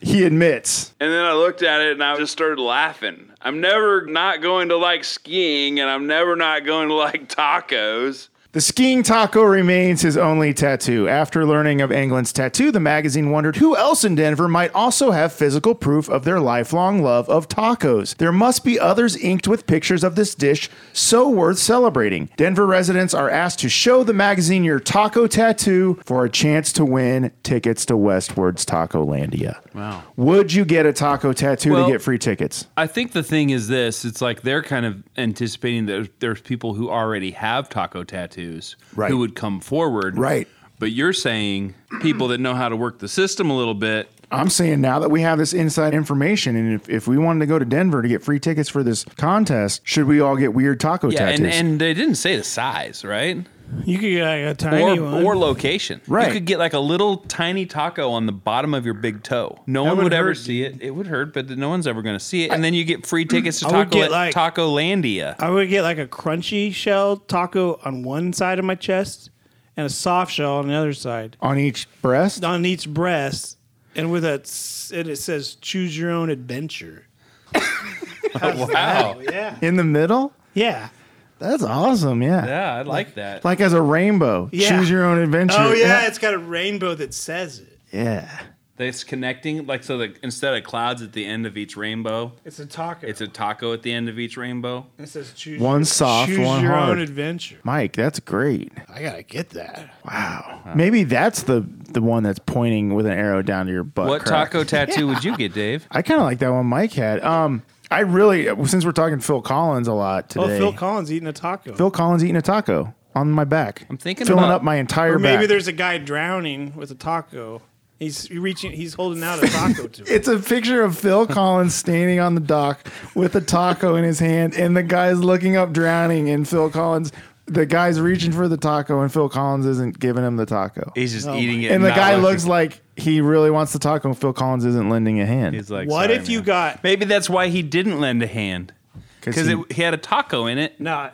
He admits.
And then I looked at it and I just started laughing. I'm never not going to like skiing and I'm never not going to like tacos.
The skiing taco remains his only tattoo. After learning of Anglin's tattoo, the magazine wondered who else in Denver might also have physical proof of their lifelong love of tacos. There must be others inked with pictures of this dish so worth celebrating. Denver residents are asked to show the magazine your taco tattoo for a chance to win tickets to Westward's Tacolandia. Wow. Would you get a taco tattoo
Well-
to get free tickets?
I think the thing is this: it's like they're kind of anticipating that there's people who already have taco tattoos
Right.
who would come forward,
Right.
But you're saying people that know how to work the system a little bit.
I'm saying now that we have this inside information, and if, if we wanted to go to Denver to get free tickets for this contest, should we all get weird taco
Yeah,
tattoos?
and, and they didn't say the size, right?
You could get like a tiny
Or,
one.
or location.
Right.
You could get like a little tiny taco on the bottom of your big toe. No one
would
would, ever
hurt,
see it. It would hurt, but no one's ever going to see it. And then you get
[CLEARS THROAT]
free tickets to
I would
Taco
get, like- [LAUGHS]
Tacolandia.
I would get like a crunchy shell taco on one side of my chest and a soft shell on the other side
on each breast,
on each breast, and with a s- and it says choose your own adventure. Oh,
Wow.
Yeah,
in the middle,
yeah.
that's awesome. Yeah,
Yeah, I like that.
like as a rainbow,
Yeah.
choose your own adventure.
Oh yeah, it's got a rainbow that says it.
yeah.
That's connecting, like so that instead of clouds at the end of each rainbow,
It's a taco.
it's a taco at the end of each rainbow.
it says choose
One soft,
choose
one
your
hard.
own adventure.
Mike, that's great.
I gotta get that.
Wow. Maybe that's the the one that's pointing with an arrow down to your butt.
What
crack.
taco tattoo would
[LAUGHS]
you get, Dave?
I kind of like that one Mike had. Um, I really since we're talking Phil Collins a lot today.
Oh, Phil Collins eating a taco.
Phil Collins eating a taco on my back. I'm
thinking
filling
about-
up my entire
or maybe
back.
there's a guy drowning with a taco. He's reaching. He's holding out a taco
[LAUGHS]
to him.
It's a picture of Phil Collins standing on the dock with a taco in his hand, and the guy's looking up, drowning, and Phil Collins. The guy's reaching for the taco, and Phil Collins isn't giving him the taco.
He's
Oh
just eating it,
and the
not
guy
looking.
looks like he really wants the taco, and Phil Collins isn't lending a hand
He's like,
What
"Sorry,
if you
man."
got
Maybe that's why he didn't lend a hand because
he-
he, had a taco in it.
Nah,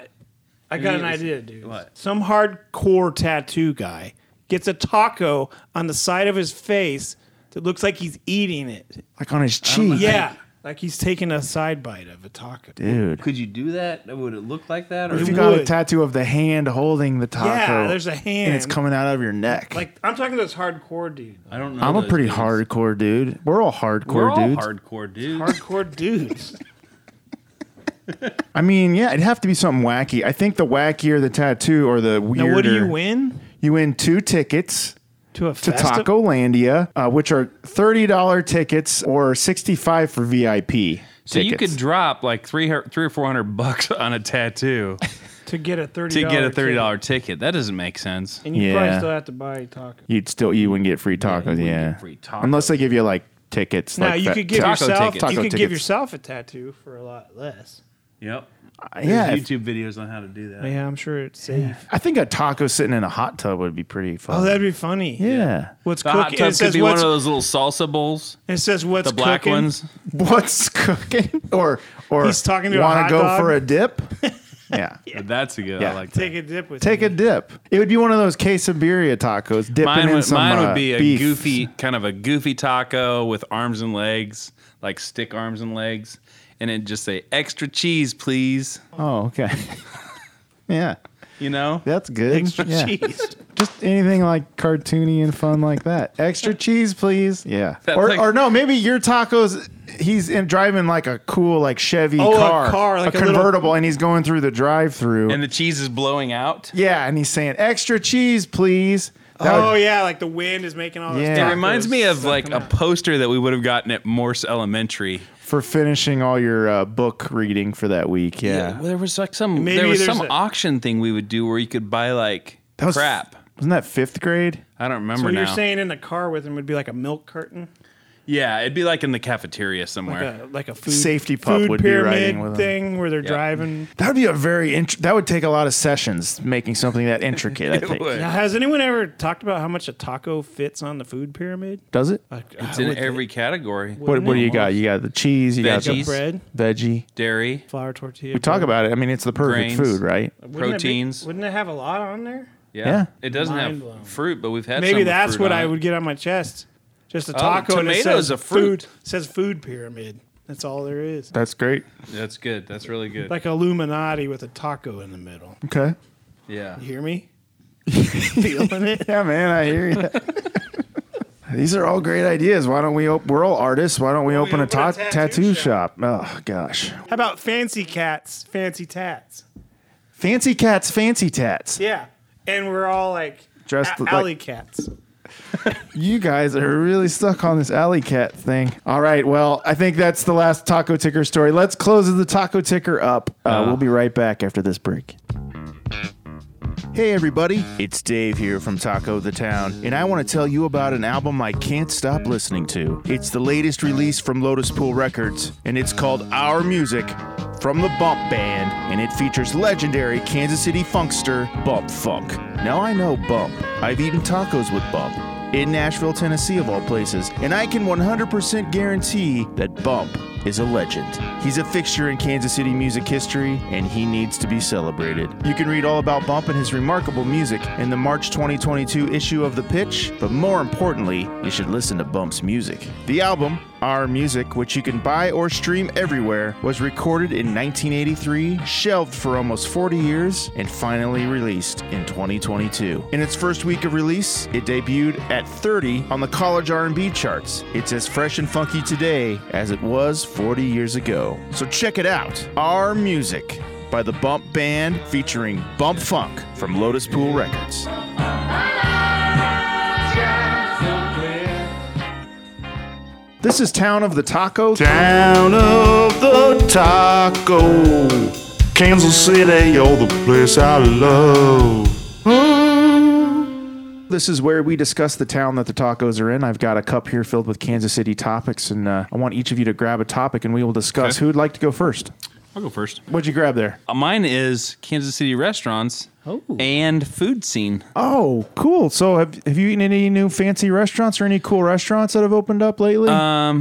I got an idea, dude.
What?
Some hardcore tattoo guy gets a taco on the side of his face that looks like he's eating it.
like on his cheek.
Yeah, like he's taking a side bite of a taco.
dude.
Could you do that? Would it look like that? Or
If you got a
would.
tattoo of the hand holding the taco,
Yeah, there's a
and it's
hand.
coming out of your neck.
Like I'm talking to this hardcore dude.
I don't know.
I'm a
those
pretty
dudes.
hardcore dude. We're all hardcore
We're all
dudes.
hardcore dudes.
Hardcore dudes.
I mean, yeah, it'd have to be something wacky. I think the wackier the tattoo or the weirder.
now, what do you win?
You win two tickets
To a
to
festi-
Tacolandia, uh, which are thirty dollar tickets or sixty five for VIP.
So you
tickets.
could drop like three, hun- three or four hundred bucks on a [LAUGHS] tattoo
to get a thirty
to get a thirty dollar ticket. That doesn't make sense.
and you probably
Yeah.
still have to buy a taco.
you'd still you wouldn't get free tacos. Yeah,
free tacos.
unless they give you like tickets.
Now
like
you
that-
could give
taco
yourself
tickets.
you
Taco
could give
tickets.
yourself a tattoo for a lot less.
Yep.
Uh, Yeah, if-
YouTube videos on how to do that.
Yeah, I'm sure it's safe.
I think a taco sitting in a hot tub would be pretty fun.
Oh, that'd be funny.
yeah. [LAUGHS]
What's
The
cooking?
hot tub
it
could
says
be one of
what's,
those little salsa bowls,
it says what's
the black
cooking.
ones.
What's cooking? [LAUGHS] Or or
He's talking to a
want
hot
to go
dog?
for a
[LAUGHS]
dip? yeah.
That's a good.
Yeah.
I like that.
Take a dip with
Take
me.
a dip. It would be one of those quesadilla tacos, dipping
Mine
in
would,
some
mine
uh,
would be a
beef.
goofy, kind of a goofy taco with arms and legs, like stick arms and legs, and then just say extra cheese, please.
Oh, okay. [LAUGHS] yeah,
You know,
that's good.
extra
Yeah. [LAUGHS]
cheese.
Just anything like cartoony and fun like that. Extra cheese, please. Yeah.
That's
Or,
like-
or no, maybe your tacos. He's in, driving like a cool like Chevy
Oh, a
car,
car, like a little-
convertible, and he's going through the drive-through.
and the cheese is blowing out.
yeah, and he's saying extra cheese, please. That
oh
would-
yeah, like the wind is making all. those
Yeah.
It
Tacos
reminds me of
stuff
like
come
a
out.
poster that we would have gotten at Morse Elementary.
for finishing all your uh, book reading for that week. Yeah.
well, there was like some
Maybe
there was
there's
some
a-
auction thing we would do where you could buy like
That was-
crap.
Wasn't that fifth grade?
I don't remember
So
now.
you're saying in the car with him would be like a milk carton,
yeah, it'd be like in the cafeteria somewhere.
like a, like a food
Safety pup
food
would be
pyramid
riding with him.
thing where they're driving.
That would be a very int- that would take a lot of sessions making something that intricate. I think
would.
Now, has anyone ever talked about how much a taco fits on the food pyramid?
does it?
It's in every category.
What, what do you got? You got the cheese. You got the
Veggies.
bread,
veggie.
Dairy,
flour tortilla.
We talk about it. I mean, it's the perfect
Grains.
food, right?
proteins.
wouldn't it have a lot on there?
yeah.
Yeah.
it doesn't
Mind
have
blown.
fruit, but we've had some
Maybe
with
that's
fruit
what
on
I
it.
would get on my chest. Just a taco. and it
tomato's
says
a fruit.
Food, says food pyramid. That's all there is.
That's great.
That's good. That's really good.
Like Illuminati with a taco in the middle.
Okay.
yeah,
You
[LAUGHS]
hear me? Feeling it?
Yeah, man, I hear you. [LAUGHS] These are all great ideas. Why don't we? Op- we're all artists. Why don't we open, a,
open a
ta-
tattoo
tattoo shop? Oh gosh,
How about fancy cats, fancy tats?
fancy cats, fancy tats.
Yeah. And we're all like
Dressed
a-
like-
alley cats.
You guys are really stuck on this alley cat thing. All right. Well, I think that's the last taco ticker story. Let's close the taco ticker up. Uh, We'll be right back after this break. Hey, everybody. It's Dave here from Taco the Town, and I want to tell you about an album I can't stop listening to. It's the latest release from Lotus Pool Records, and it's called Our Music from the Bump Band, and it features legendary Kansas City funkster Bump Funk. Now I know Bump. I've eaten tacos with Bump in Nashville, Tennessee, of all places, and I can 100% guarantee that Bump is a legend. He's a fixture in Kansas City music history, and he needs to be celebrated. You can read all about Bump and his remarkable music in the March 2022 issue of The Pitch, but more importantly, you should listen to Bump's music. The album, Our Music, which you can buy or stream everywhere, was recorded in 1983, shelved for almost 40 years, and finally released in 2022. In its first week of release, it debuted at 30 on the college R&B charts. It's as fresh and funky today as it was 40 years ago. So check it out. Our Music by the Bump Band featuring Bump Funk from Lotus Pool Records. This is Town of the Taco.
Town of the Taco. Kansas City, oh, the place I love.
This is where we discuss the town that the tacos are in. I've got a cup here filled with Kansas City topics, and uh, I want each of you to grab a topic, and we will discuss who would like to go first.
I'll go first.
What'd you grab there?
Uh, Mine is Kansas City restaurants and food scene.
Oh, cool. So, have, have you eaten any new fancy restaurants or any cool restaurants that have opened up lately?
Uh,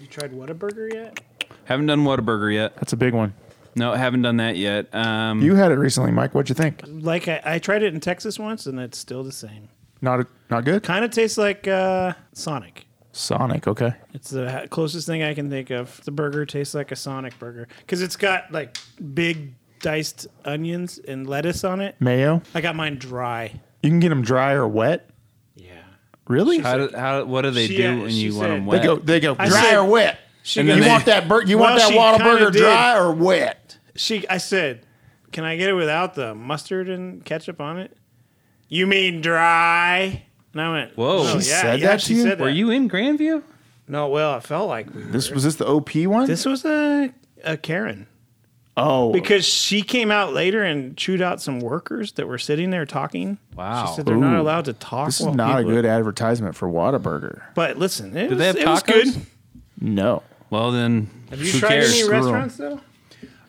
You tried Whataburger yet?
Haven't done Whataburger yet.
That's a big one.
No, haven't done that yet. Um,
You had it recently, Mike. What'd you think?
Like I, I tried it in Texas once, and it's still the same.
Not not good.
Kind of tastes like uh, Sonic.
Sonic. Okay.
It's the ha- closest thing I can think of. The burger tastes like a Sonic burger because it's got like big diced onions and lettuce on it.
Mayo.
I got mine dry.
You can get them dry or wet.
Yeah.
Really?
how, do, how what do they
She,
do
uh,
when
she
you want
said-
them
They
wet?
go. They go
I
dry
said-
or wet.
She,
And
goes-
then
You
they-
want that? Bur- you
Well,
want that
she kinda
Whataburger
did.
dry or wet?
she. I said, "Can I get it without the mustard and ketchup on it?" You mean dry? And I went,
Whoa.
"Oh,
She
yeah,
said
yeah,
that
she
to you?
Said
Were
that.
you in Grandview?
No, well, I felt like we
This was this the OP one?
This was a, a Karen
oh,
because she came out later and chewed out some workers that were sitting there talking.
Wow.
She said they're not
Ooh.
allowed to talk.
this is
while
not a
people-
good advertisement for Whataburger.
But listen, it,
Did
was,
they have
it was
tacos?
good.
No.
Well, then,
Have you
who
tried
cares?
any
Screw 'em.
restaurants though?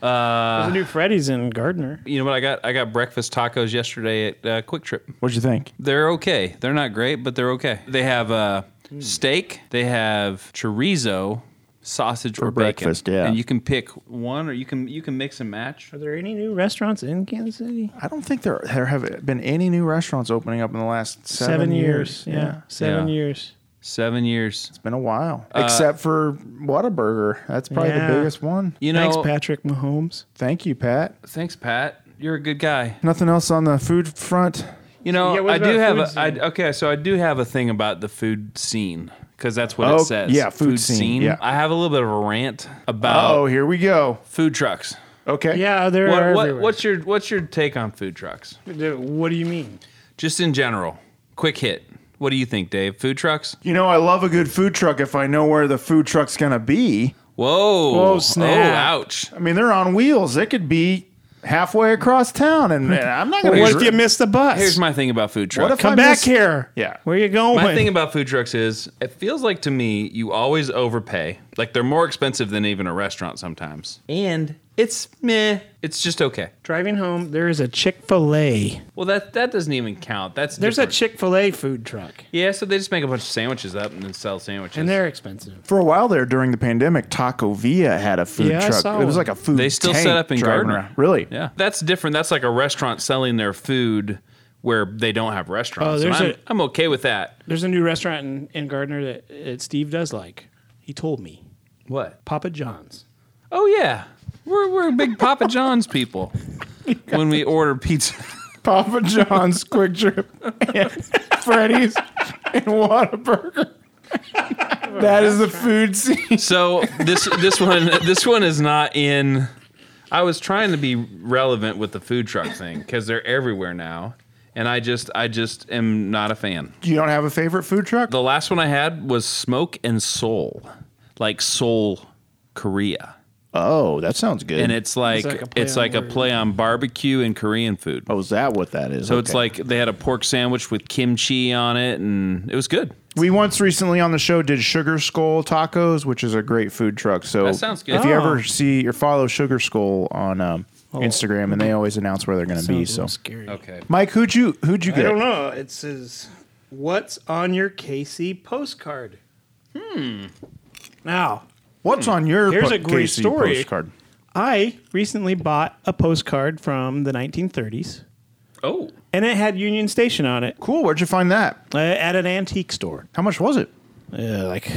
Uh, There's a new Freddy's in Gardner.
you know what I got? I got breakfast tacos yesterday at uh, Quick Trip.
What'd you think?
They're okay. They're not great, but they're okay. They have uh,
Hmm.
steak. They have chorizo, sausage or
breakfast,
bacon.
yeah.
and you can pick one, or you can you can mix and match.
Are there any new restaurants in Kansas City?
I don't think there there have been any new restaurants opening up in the last seven, years.
Yeah, seven
Yeah.
years.
Seven years.
It's been a while, except for Whataburger. That's probably
Yeah.
the biggest one.
You know,
Thanks, Patrick Mahomes.
Thank you, Pat.
Thanks, Pat. You're a good guy.
Nothing else on the food front.
You know,
Yeah, what
I do
about
have
food
a I,
scene?
okay, so I do have a thing about the food scene because that's what
Oh,
it says.
yeah, food scene, yeah.
I have a little bit of a rant about
Oh, here we go.
food trucks.
Okay.
Yeah, there are.
What, what
everywhere.
what's your what's your take on food trucks?
what do you mean?
Just in general, quick hit. What do you think, Dave? Food trucks?
You know, I love a good food truck if I know where the food truck's gonna be.
Whoa!
Whoa, snap.
Oh, ouch!
I mean, they're on wheels. It could be halfway across town, and, and I'm not gonna.
What if you missed the bus?
Here's my thing about food trucks.
What if
Come
I
back
missed-
here.
Yeah.
Where you going?
My thing about food trucks is it feels like to me you always overpay. Like they're more expensive than even a restaurant sometimes. And it's meh. It's just okay.
Driving home, there is a Chick fil A.
Well, that that doesn't even count. That's
There's a
different.
Chick fil A food truck,
yeah. So they just make a bunch of sandwiches up and then sell sandwiches.
and they're expensive.
For a while there during the pandemic, Taco Villa had a food
Yeah, I
truck.
saw
it was
one.
like a food.
They still
tank
set up in
driving
Gardner.
around. Really?
yeah. That's different. That's like a restaurant selling their food where they don't have restaurants.
Oh,
And
there's
I'm,
a-
I'm okay with that.
There's a new restaurant in, in Gardner that, that Steve does like. He told me
What?
Papa John's.
Oh yeah. We're we're big
[LAUGHS]
Papa John's people. when we order pizza.
Papa John's, Quick Trip, [LAUGHS] and Freddy's, and Whataburger. that is the food scene.
So this this one this one is not in. I was trying to be relevant with the food truck thing because they're everywhere now, and I just I just am not a fan.
You don't have a favorite food truck?
The last one I had was Smoke and Soul, like Soul Korea,
Oh, that sounds good.
and it's like
like a play
it's
on
like a
words.
play on barbecue and Korean food.
oh, is that what that is?
So it's like they had a pork sandwich with kimchi on it, and it was good.
we once recently on the show did Sugar Skull Tacos, which is a great food truck. So
That sounds good.
If you
Oh.
ever see or follow Sugar Skull on um, Instagram, and they always announce where they're going to be. So,
scary.
Okay.
Mike, who'd you who'd you
I
get?
don't know. It says, "What's on your KC postcard?" Hmm. Now,
What's on your
Here's
po-
a great
KC
story.
postcard?
I recently bought a postcard from the 1930s,
Oh,
and it had Union Station on it
Cool. Where'd you find that?
uh, at an antique store,
How much was it?
uh, like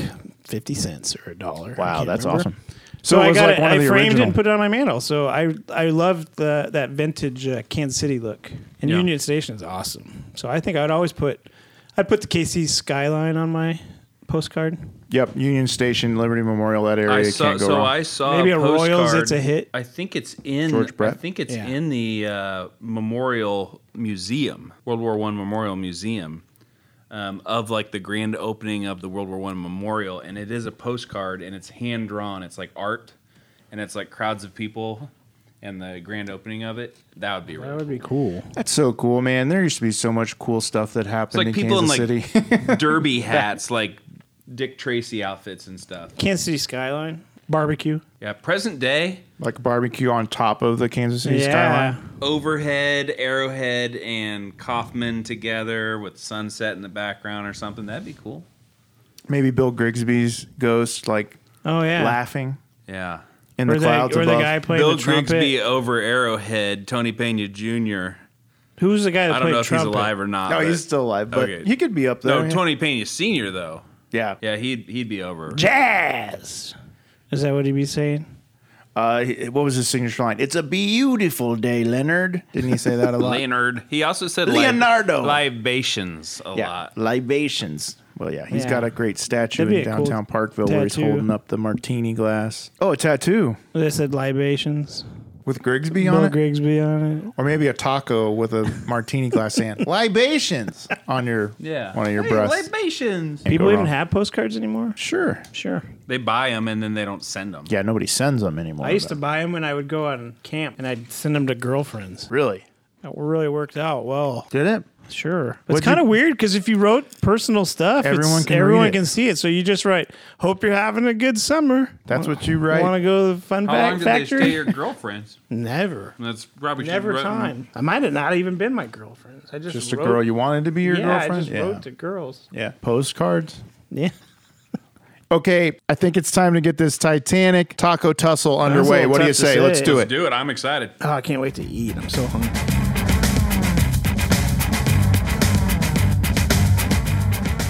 fifty cents or a dollar. I
Wow,
can't
that's
remember.
awesome.
So,
it
I
was
got
like
it.
one
I
of the
framed it
original.
and put it on my mantle. So I I loved the, that vintage uh, Kansas City look, and
Yeah.
Union Station is awesome. So I think I'd always put I'd put the KC skyline on my postcard.
Yep, Union Station, Liberty Memorial, that area
I
you
saw.
can't go
So
wrong.
I saw
Maybe a Royals,
postcard.
it's a hit.
I think it's in.
George Brett?
I think it's
Yeah.
in the uh, Memorial Museum, World War One Memorial Museum, um, of like the grand opening of the World War One Memorial, and it is a postcard, and it's hand drawn. It's like art, and it's like crowds of people, and the grand opening of it. That would be really.
would be cool.
That's so cool, man. There used to be so much cool stuff that
It's
happened
like
in
people
Kansas
in
City. [LAUGHS]
like derby hats, like Dick Tracy outfits and stuff.
Kansas City skyline barbecue.
Yeah, present day.
like barbecue on top of the Kansas City skyline.
Overhead, Arrowhead, and Kaufman together with sunset in the background or something. That'd be cool.
Maybe Bill Grigsby's ghost, like
Oh yeah.
laughing
Yeah.
in
Or
the
the,
clouds
or the
above.
guy playing
Bill
the trumpet.
Grigsby over Arrowhead, Tony Pena Jr.
Who's the guy that
I don't
played
know if
trumpet?
he's alive or not.
no,
but-
he's still alive, but
Okay.
he could be up there.
No, Tony Pena Sr. though.
Yeah.
Yeah, he'd he'd be over.
Jazz. Is that what he'd be saying?
Uh, he- what was his signature line? It's a beautiful day, Leonard. Didn't he say that a
[LAUGHS]
lot?
Leonard. He also said
Leonardo.
Lib- libations a
Yeah.
lot.
Libations. Well, yeah, he's
Yeah.
got a great statue
That'd be
in
a cool
downtown Parkville where he's
tattoo.
holding up the martini glass. Oh, a tattoo.
They said libations.
with Grigsby on
Bo
it,
Grigsby on it.
or maybe a taco with a martini glass and [LAUGHS] libations on your
Yeah.
one of your
Hey,
breasts.
libations.
Can't
People
go
even
wrong.
have postcards anymore?
sure.
Sure.
They buy them and then they don't send them.
Yeah, nobody sends them anymore.
I used
but-
to buy them when I would go on camp and I'd send them to girlfriends.
really
That really worked out well.
did it.
Sure.
What'd
it's kind
you-
of weird because if you wrote personal stuff,
Everyone
everyone,
can
can, everyone
read it.
can see it. So you just write, hope you're having a good summer.
That's what you write.
Want to go to the Fun
How long
Fact
did
Factory?
they stay your girlfriends?
Never.
That's probably should
Never
write-
time. I might have not even been my girlfriend. I just,
Just a
wrote,
girl you wanted to be your
yeah,
girlfriend.
I just
yeah.
wrote to girls.
yeah. Postcards.
Yeah.
Okay, I think it's time to get this Titanic taco tussle
was a
underway.
little
What do you
tough to
say?
say.
Let's do it.
Do it. I'm excited.
Oh, I can't wait to eat. I'm so hungry.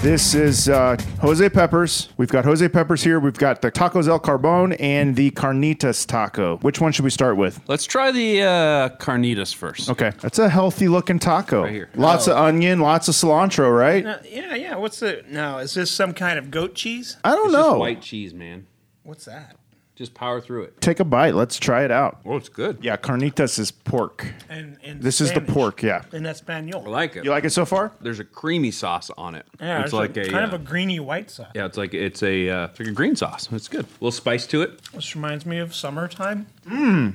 This is uh, Jose Peppers. We've got Jose Peppers here. We've got the tacos El Carbon and the Carnitas taco. Which one should we start with?
Let's try the uh, carnitas first.
Okay, that's a healthy looking taco.
Right here. Oh.
Lots of onion, lots of cilantro, right?
Uh, yeah, yeah. What's the now? Is this some kind of goat cheese?
I don't
It's
know.
just white cheese, man.
What's that?
Just power through it.
Take a bite. Let's try it out.
Oh, it's good.
Yeah, Carnitas is pork.
And, and
This is the pork. Yeah.
in Espanol.
I like it.
You like it so far?
There's a creamy sauce on it.
Yeah,
it's like a,
kind
uh,
of a greeny white sauce,
yeah, it's like it's a uh, it's like a green sauce. It's good. A little spice to it.
which reminds me of summertime.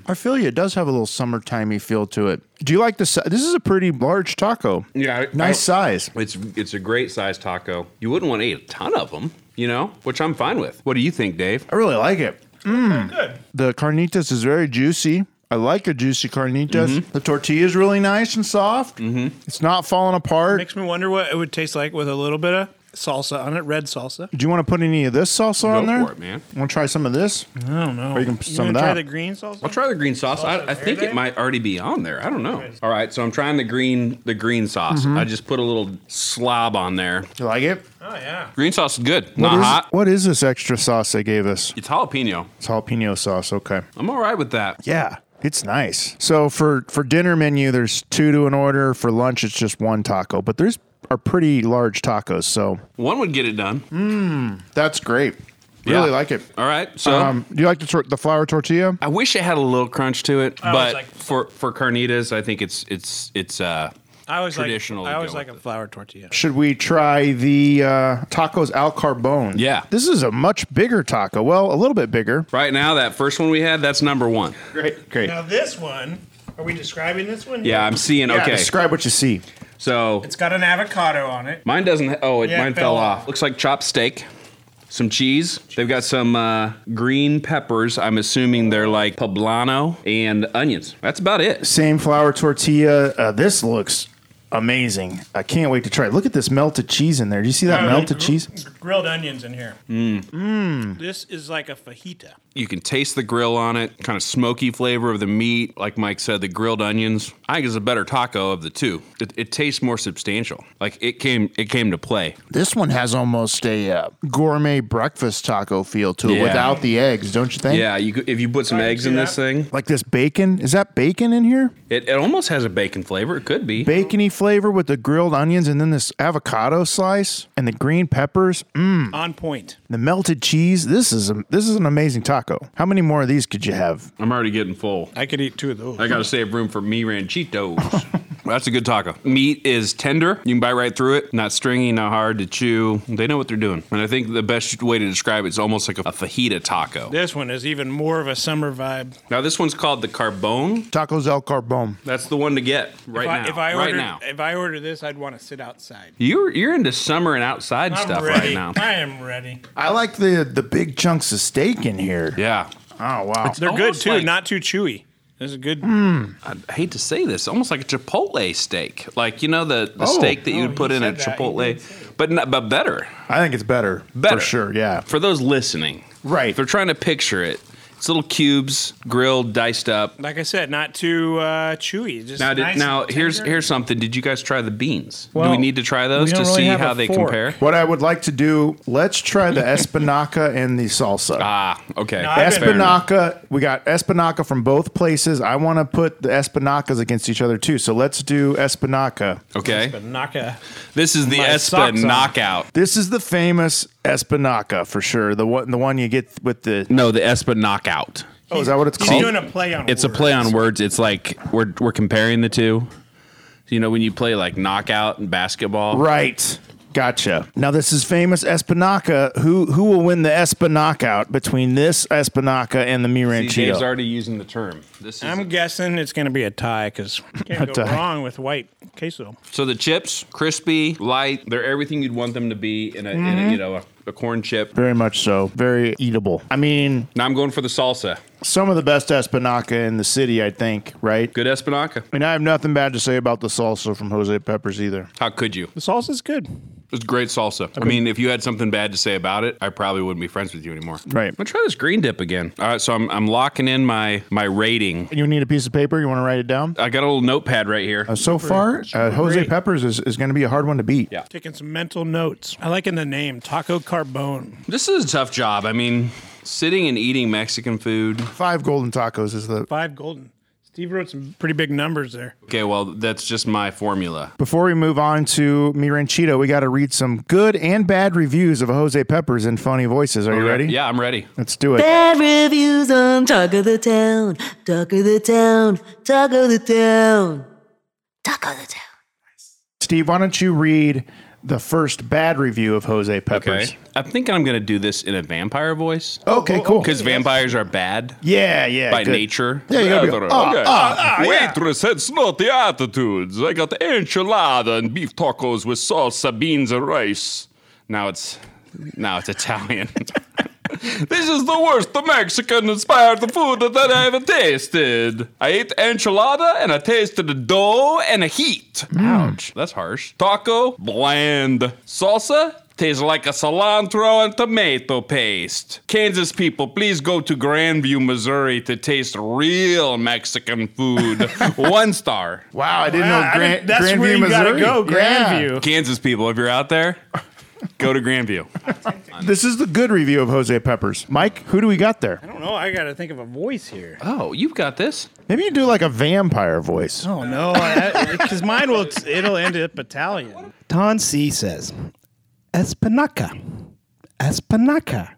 I feel you. It does have a little summertimey feel to it. Do you like the si- This is a pretty large taco.
Yeah, I-
Nice
I-
size.
It's it's a great sized taco. You wouldn't want to eat a ton of them, you know, which I'm fine with. What do you think, Dave?
I really like it.
Good.
Mm. The carnitas is very juicy. I like a juicy carnitas. The tortilla is really nice and soft. Mm-hmm. It's not falling apart.
Makes me wonder what it would taste like with a little bit of salsa on it, red salsa.
Do you want to put any of this salsa on
Go
there?
for it, man.
Want to try some of this?
I don't know.
Or you can put some of
gonna
that.
Try the green salsa.
I'll try the green sauce. I, I think it
verde?
might already be on there. I don't know. All right, so I'm trying the green the green sauce. I just put a little slob on there.
You like it?
Oh yeah.
Green sauce is good.
What
Not
is-
hot.
What is this extra sauce they gave us?
It's jalapeno.
It's jalapeno sauce. Okay.
I'm all right with that.
Yeah. It's nice. So for for dinner menu, there's two to an order. For lunch, it's just one taco. But there's are pretty large tacos. So
One would get it done.
that's great.
Yeah.
Really like it.
All right. So
Um, do you like the tor- the flour tortilla?
I wish it had a little crunch to it, but
like-
for for carnitas, I think it's it's it's uh
I always
Traditional
Like, I always
to go
like a
with
flour tortilla.
Should we try the uh, tacos al carbone?
Yeah.
This is a much bigger taco. Well, a little bit bigger.
right now that first one we had, that's number 1.
Great. Great.
Now this one, are we describing this one?
Yeah, I'm seeing
Yeah,
okay.
Describe what you see.
So
It's got an avocado on it.
Mine doesn't. ha- Oh, it,
Yeah, it
mine fell,
fell
off.
off.
Looks like chopped steak, some cheese. They've got some uh, green peppers. I'm assuming they're like poblano and onions. That's about it.
Same flour tortilla. Uh, this looks amazing. I can't wait to try it. Look at this melted cheese in there. Do you see that
Oh,
melted
gr-
cheese?
Grilled onions in here. Mmm.
Mm.
This is like a fajita.
You can taste the grill on it. Kind of smoky flavor of the meat. Like Mike said, the grilled onions. I think it's a better taco of the two. It, it tastes more substantial. Like it came. It came to play.
This one has almost a uh, gourmet breakfast taco feel to it
Yeah.
without the eggs, don't you think?
Yeah. You could, if you put some
I can
eggs
see
in this
that.
thing,
Like this bacon. Is that bacon in here?
it, it almost has a bacon flavor. It could be.
Bacony flavor with the grilled onions and then this avocado slice and the green peppers. Mm,
On point.
the melted cheese. This is a, this is an amazing taco. How many more of these could you have?
I'm already getting full.
I could eat two of those.
I gotta save room for me [LAUGHS] ranchitos. That's a good taco. Meat is tender. You can bite right through it. Not stringy, not hard to chew. They know what they're doing. And I think the best way to describe it is almost like a, a fajita taco.
This one is even more of a summer vibe.
Now this one's called the carbone.
Tacos El Carbon.
That's the one to get right
if I,
now.
if I
right
ordered,
now.
If I order this, I'd want to sit outside.
You're you're into summer and outside
I'm
stuff
ready.
right now.
I am ready.
I like the the big chunks of steak in here.
Yeah.
Oh wow.
They're
Almost
good too,
like- Mm.
not too chewy. This is good.
I hate to say this, almost like a Chipotle steak. Like you know the, the
Oh.
steak that you would put
you
in a
said that. You
Chipotle,
did
but not, but better.
I think it's better.
Better.
For sure, yeah.
For those listening,
Right.
If they're trying to picture it, it's little cubes, grilled, diced up.
Like I said, not too uh, chewy. Just
Now, did,
nice
now
and
here's
tender.
here's something. Did you guys try the beans? Do we
Well,
need to try those
we
to
don't really
see
have
how
a
they
fork.
compare?
What I would like to do, let's try
[LAUGHS]
the espinaca and the salsa.
Ah, okay.
I've been-
Fair enough.
Espinaca, we got espinaca from both places. I want to put the espinacas against each other too. So let's do espinaca.
Okay.
Banaka.
This is the
My
Espa
socks on.
knockout.
This is the famous espinaca for sure. The one, the one you get with the
No, the Espa knockout.
Oh, is that what it's
He's
called?
doing a play on.
It's a
words.
play on words. It's like we're we're comparing the two. You know, when you play like knockout and basketball,
Right. Gotcha. Now this is famous Espinaca. Who who will win the Espinaca between this Espinaca and the Mi
Dave's
Ranchito?
already using the term. This is
I'm guessing it's going to be a tie because
A
can't go
tie.
wrong with white queso.
so the chips, crispy, light. They're everything you'd want them to be in a, in a you know a, a corn chip.
Very much so. Very eatable. I mean,
Now I'm going for the salsa.
some of the best Espinaca in the city, I think. Right.
Good espinaca.
I mean, I have nothing bad to say about the salsa from Jose Peppers either.
How could you?
The sauce is good.
It's great salsa. I mean, if you had something bad to say about it, I probably wouldn't be friends with you anymore.
Right.
I'm gonna try this green dip again. All right, so I'm I'm locking in my my rating.
You need a piece of paper. You want to write it down?
I got a little notepad right here.
So far, uh, Jose
great.
Peppers is, is going to be a hard one to beat.
Yeah.
Taking some mental notes. I like in the name Taco Carbone.
This is a tough job. I mean, sitting and eating Mexican food.
Five golden tacos is the.
Five golden. Steve wrote some pretty big numbers there.
Okay, well, that's just my formula.
Before we move on to Mi Ranchito, we got to read some good and bad reviews of Jose Peppers in funny voices. Are you ready?
Yeah, I'm ready.
Let's do it.
Bad reviews on Talk of the Town, Talk of the Town, Talk of the Town, Talk of the Town.
Steve, why don't you read the first bad review of Jose Peppers?
Okay. I think I'm going to do this in a vampire voice
Okay, cool.
because vampires are bad
yeah, yeah.
by
good.
nature.
Yeah, you gotta be.
Okay.
Ah, ah.
Waitress had snotty attitudes. I got enchilada and beef tacos with salsa, beans, and rice.
Now it's now it's Italian.
This is the worst Mexican-inspired food that I ever tasted. I ate enchilada and I tasted the dough and the heat. Mm.
Ouch. That's harsh.
Taco, bland. Salsa, tastes like a cilantro and tomato paste. Kansas people, please go to Grandview, Missouri to taste real Mexican food. One star.
Wow, I didn't know
I
Grand,
didn't- that's
Grandview,
where you
Missouri.
gotta go,
Yeah.
Grandview.
Kansas people, if you're out there, go to Grandview.
This is the good review of Jose Peppers. Mike, who do we got there?
I don't know. I got to think of a voice here.
Oh, you've got this.
Maybe you do like a vampire voice.
Oh no, [LAUGHS] because mine will it'll end up Italian. Ton C says, Espinaca, Espinaca,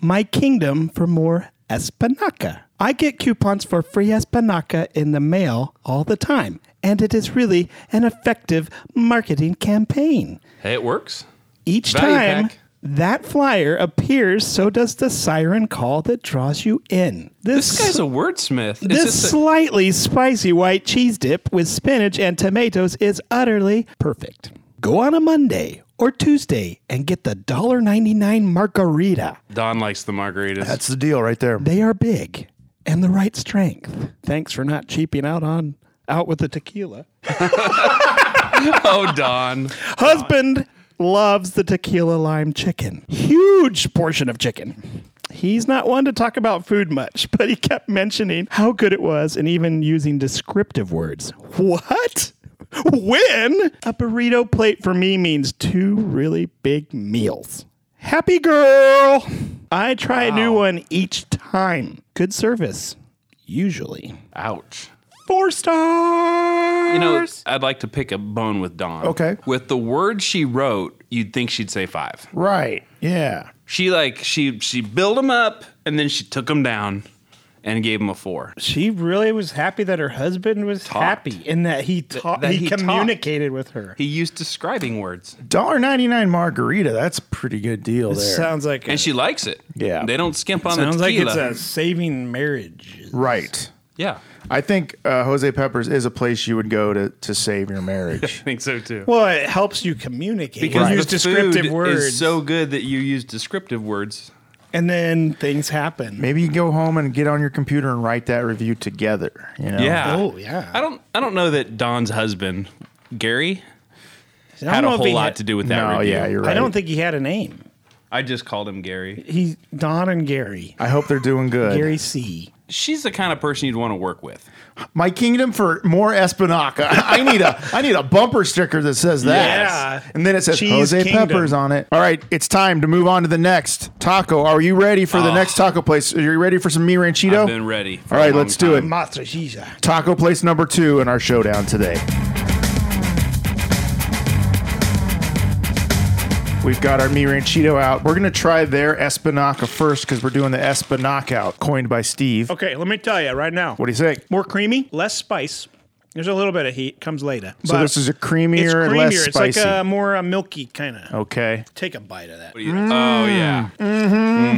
my kingdom for more Espinaca. I get coupons for free Espinaca in the mail all the time, and it is really an effective marketing campaign.
Hey, it works.
Each
Value
time
pack.
that flyer appears, so does the siren call that draws you in. This,
This guy's a wordsmith. Is
this
this a-
slightly spicy white cheese dip with spinach and tomatoes is utterly perfect. Go on a Monday or Tuesday and get the $1.99 margarita.
Don likes the margaritas.
That's the deal right there.
They are big and the right strength. Thanks for not cheaping out on out with the tequila.
[LAUGHS] oh, Don.
Husband loves the tequila lime chicken. Huge portion of chicken. He's not one to talk about food much, but he kept mentioning how good it was and even using descriptive words. What? When? A burrito plate for me means two really big meals. Happy girl! I try a new one each time. Good service, usually.
Ouch.
Four stars!
You know, I'd like to pick a bone with Dawn.
Okay.
With the words she wrote, you'd think she'd say five.
Right. Yeah.
She like she she built them up and then she took them down and gave them a four.
she really was happy that her husband was happy and that he taught
that
he,
he
communicated with her.
He used describing words,
Dollar ninety nine margarita. That's a pretty good deal there.
Sounds like a,
and she likes it.
Yeah.
They don't skimp on
sounds
the
like
tequila.
it's a saving marriage.
right.
yeah.
I think uh, Jose Peppers is a place you would go to to save your marriage.
[LAUGHS] I think so too.
Well, it helps you communicate.
because
you
the
use descriptive
food is
words,
so good that you use descriptive words.
and then things happen.
Maybe you go home and get on your computer and write that review together. You know?
Yeah.
Oh, yeah.
I don't I don't know that Don's husband, Gary,
I don't
had
know
a
if
whole
he
lot
had-
to do with that
No,
review.
yeah, you're right.
I don't think he had a name.
I just called him Gary.
He's Don and Gary.
I hope they're doing good.
Gary C.
She's the kind of person you'd want to work with.
My kingdom for more espinaca. [LAUGHS] I need a I need a bumper sticker that says that.
Yeah.
And then it says
Cheese
Jose
Kingdom.
Peppers on it. All right, it's time to move on to the next taco. Are you ready for the next taco place? Are you ready for some mi ranchito?
I've been ready. for
All
a
right,
long
let's do it.
time.
Mastrajija.
Taco place number two in our showdown today. We've got our Mi Ranchito out. We're going to try their Espinaca first because we're doing the Espinaca out, coined by Steve.
Okay, let me tell you right now.
What do you think?
More creamy, less spice. There's a little bit of heat. Comes later.
So this is a creamier
it's
and
creamier.
less
It's like
spicy.
a more uh, milky kind of.
okay.
Take a bite of that.
Oh yeah.
Mm.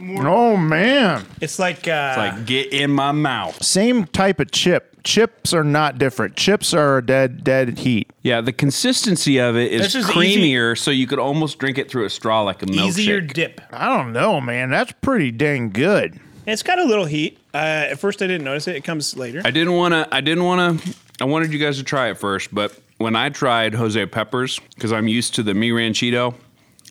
Oh, man.
It's like uh,
Like get in my mouth.
Same type of chip. Chips are not different. Chips are dead, dead heat.
Yeah, the consistency of it is,
This is
creamier, so you could almost drink it through a straw like a milkshake.
uh, easier dip.
I don't know, man. That's pretty dang good.
It's got a little heat. Uh, at first, I didn't notice it. It comes later.
I didn't want to. I didn't want to. I wanted you guys to try it first, but when I tried Jose Peppers, because I'm used to the Mi Ranchito,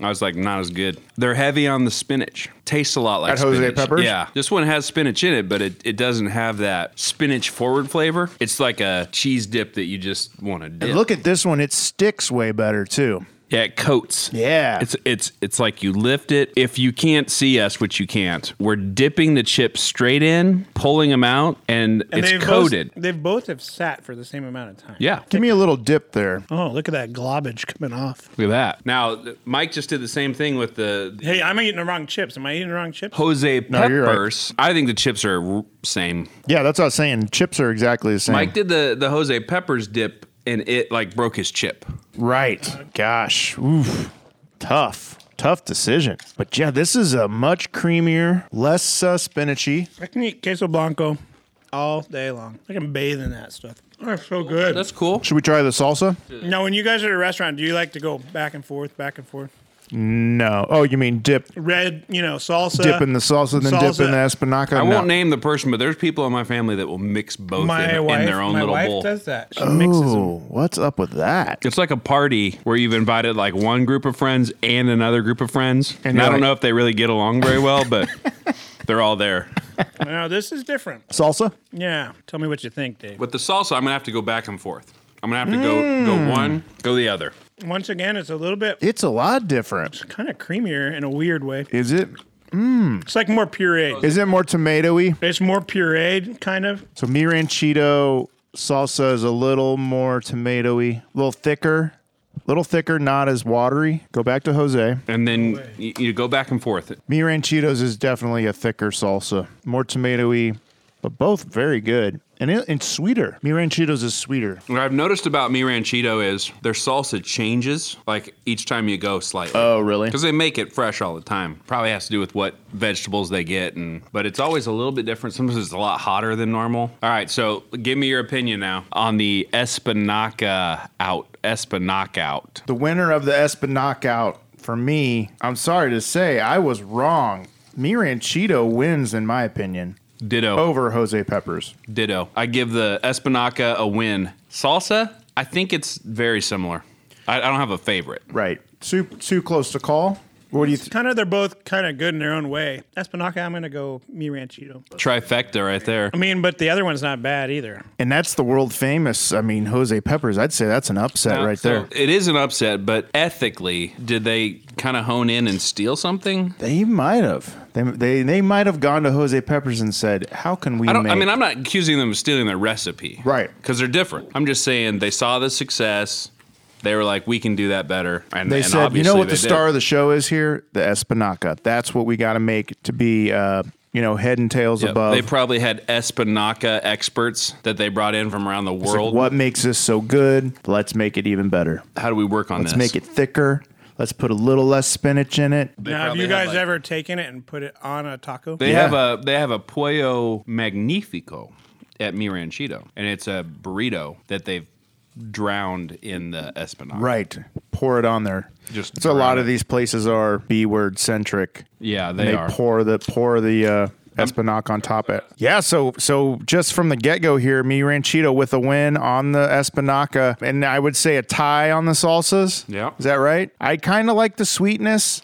I was like, not as good. They're heavy on the spinach. Tastes a lot like
At Jose
spinach.
Peppers?
Yeah, this one has spinach in it, but it, it doesn't have that spinach forward flavor. It's like a cheese dip that you just want to dip.
And look at this one. It sticks way better, too.
yeah, it coats.
Yeah.
It's it's it's like you lift it. If you can't see us, which you can't, we're dipping the chips straight in, pulling them out, and,
And
it's
they've
coated.
Both, they've both have sat for the same amount of time.
yeah.
Give me a little dip there.
Oh, look at that globage coming off.
Look at that. Now, th- Mike just did the same thing with the
Hey, I'm eating the wrong chips. Am I eating the wrong chips?
Jose
No, you're right.
Peppers. I think the chips are r- same.
Yeah, that's what I was saying. Chips are exactly the same.
Mike did the, the Jose Peppers dip, and it like broke his chip.
Right. Gosh. Oof. Tough. Tough decision. But yeah, this is a much creamier, less uh, spinachy.
I can eat queso blanco all day long. I can bathe in that stuff. That's so good.
That's cool.
Should we try the salsa?
now, when you guys are at a restaurant, do you like to go back and forth, back and forth?
No. Oh, you mean dip,
Red, you know, salsa.
dip in the salsa, then dip in the espinaca?
I
No.
won't name the person, but there's people in my family that will mix both
My
in,
wife,
in their own
my
little
wife
bowl.
does that. She mixes them.
Ooh, what's up with that?
It's like a party where you've invited like one group of friends and another group of friends, and, I
you're
don't
like-
know if they really get along very well, but they're all there.
Now, this is different.
Salsa?
Yeah. Tell me what you think, Dave.
With the salsa, I'm gonna have to go back and forth. I'm gonna have to go go one, go the other.
Once again, it's a little bit
It's a lot different.
kind of creamier in a weird way.
Is it?
It's like more pureed.
Is it more tomatoey?
It's more pureed, kind of.
So mi ranchito salsa is a little more tomatoey, a little thicker, a little thicker, not as watery. Go back to Jose.
and then you, you go back and forth.
Mi Ranchitos is definitely a thicker salsa, more tomatoey, but both very good and it, and sweeter. Mi Ranchitos is sweeter.
What I've noticed about Mi Ranchito is their salsa changes like each time you go slightly.
Oh, really?
because they make it fresh all the time. Probably has to do with what vegetables they get, and but it's always a little bit different. Sometimes it's a lot hotter than normal. All right, so give me your opinion now on the espinaca out, espinaca out.
The winner of the Espa knockout for me, I'm sorry to say, I was wrong. Mi Ranchito wins in my opinion
Ditto,
over Jose Peppers.
ditto. I give the espinaca a win. Salsa, I think it's very similar. I, I don't have a favorite.
Right. Too too close to call. What do you? Th-
Kind of, they're both kind of good in their own way. Espinaca, I'm going to go Mi Ranchito.
Trifecta right there.
I mean, but the other one's not bad either.
and that's the world famous. I mean, Jose Peppers. I'd say that's an upset right
So
there.
It is an upset, but ethically, did they kind of hone in and steal something?
They might have. They they, they might have gone to Jose Peppers and said, "How can we
I don't.
make?"
I mean, I'm not accusing them of stealing their recipe,
Right.
Because they're different. I'm just saying they saw the success. They were like, we can do that better. And
They
and
said, you know
obviously
what the
they did.
star of the show is here? The Espinaca. That's what we got to make to be, uh, you know, head and tails
Yep.
above.
They probably had espinaca experts that they brought in from around the
It's like,
world.
what makes this so good? Let's make it even better.
How do we work on
Let's
this?
make it thicker. Let's put a little less spinach in it.
now, have
probably
you
have,
guys
like-
ever taken it and put it on a taco?
They
Yeah.
have a they have a pollo magnifico at Mi Ranchito, and it's a burrito that they've drowned in the espinaca.
Right. Pour it on there.
Just
so a lot
drown
of
it.
these places are B word centric.
Yeah,
And
they,
they
are. Um,
pour the pour the uh, Espinac on top of it. Yeah, so so just from the get go here, me Ranchito with a win on the Espinaca, and I would say a tie on the salsas.
Yeah.
is that right? I kind of like the sweetness.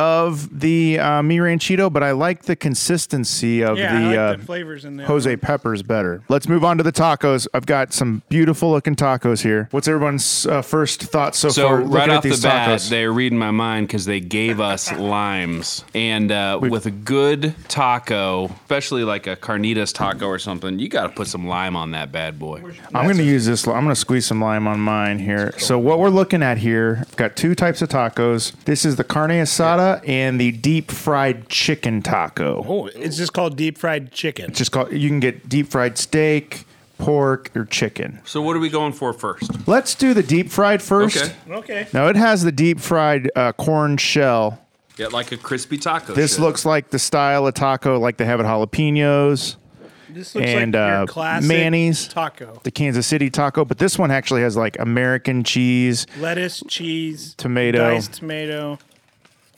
of the uh, Mi Ranchito, but I like the consistency of the,
Yeah, I like
uh,
the flavors in there.
Jose Peppers better. Let's move on to the tacos. I've got some beautiful looking tacos here. What's everyone's uh, first thought so,
So
far?
right
looking at
off the
these
bat,
tacos.
they're reading my mind because they gave us limes, and uh, with a good taco, especially like a carnitas taco or something, you got to put some lime on that bad boy.
I'm going to use this. li- I'm going to squeeze some lime on mine here. So what we're looking at here, I've got two types of tacos. This is the carne asada and the deep fried chicken taco.
Oh, it's just called deep fried chicken.
It's just called. You can get deep fried steak, pork, or chicken.
So what are we going for first?
Let's do the deep fried first.
Okay.
Okay.
Now it has the deep fried uh, corn shell.
Yeah, like a crispy taco.
This
should.
looks like the style of taco, like they have at jalapenos,
This looks
And,
like
uh,
your classic
mayonnaise.
taco.
the Kansas City taco. But this one actually has like American cheese.
Lettuce, cheese,
Tomato.
diced tomato.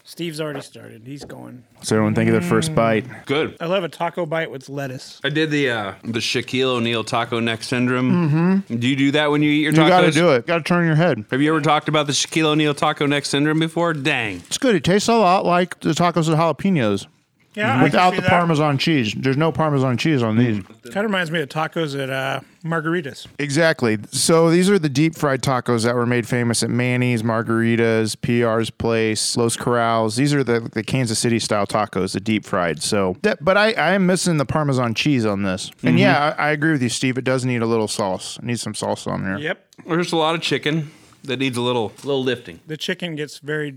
Steve's already started. He's going.
So everyone think of their first bite.
good.
I love a taco bite with lettuce.
I did the uh, the Shaquille O'Neal taco neck syndrome. Mm-hmm. Do you do that when you eat your tacos?
You got to do it. Got to turn your head.
Have you ever talked about the Shaquille O'Neal taco neck syndrome before? Dang.
It's good. It tastes a lot like the tacos at jalapenos
Yeah, I
without
can
the
see that.
Parmesan cheese. There's no Parmesan cheese on these.
Kind of reminds me of tacos at uh, Margaritas.
Exactly. So these are the deep fried tacos that were made famous at Manny's, Margarita's, PR's Place, Los Corrals. These are the, the Kansas City style tacos, the deep fried. So, that, but I, I am missing the Parmesan cheese on this.
Mm-hmm.
And yeah, I, I agree with you, Steve. It does need a little sauce. It needs some salsa on there.
Yep.
There's a lot of chicken that needs a little little lifting.
The chicken gets very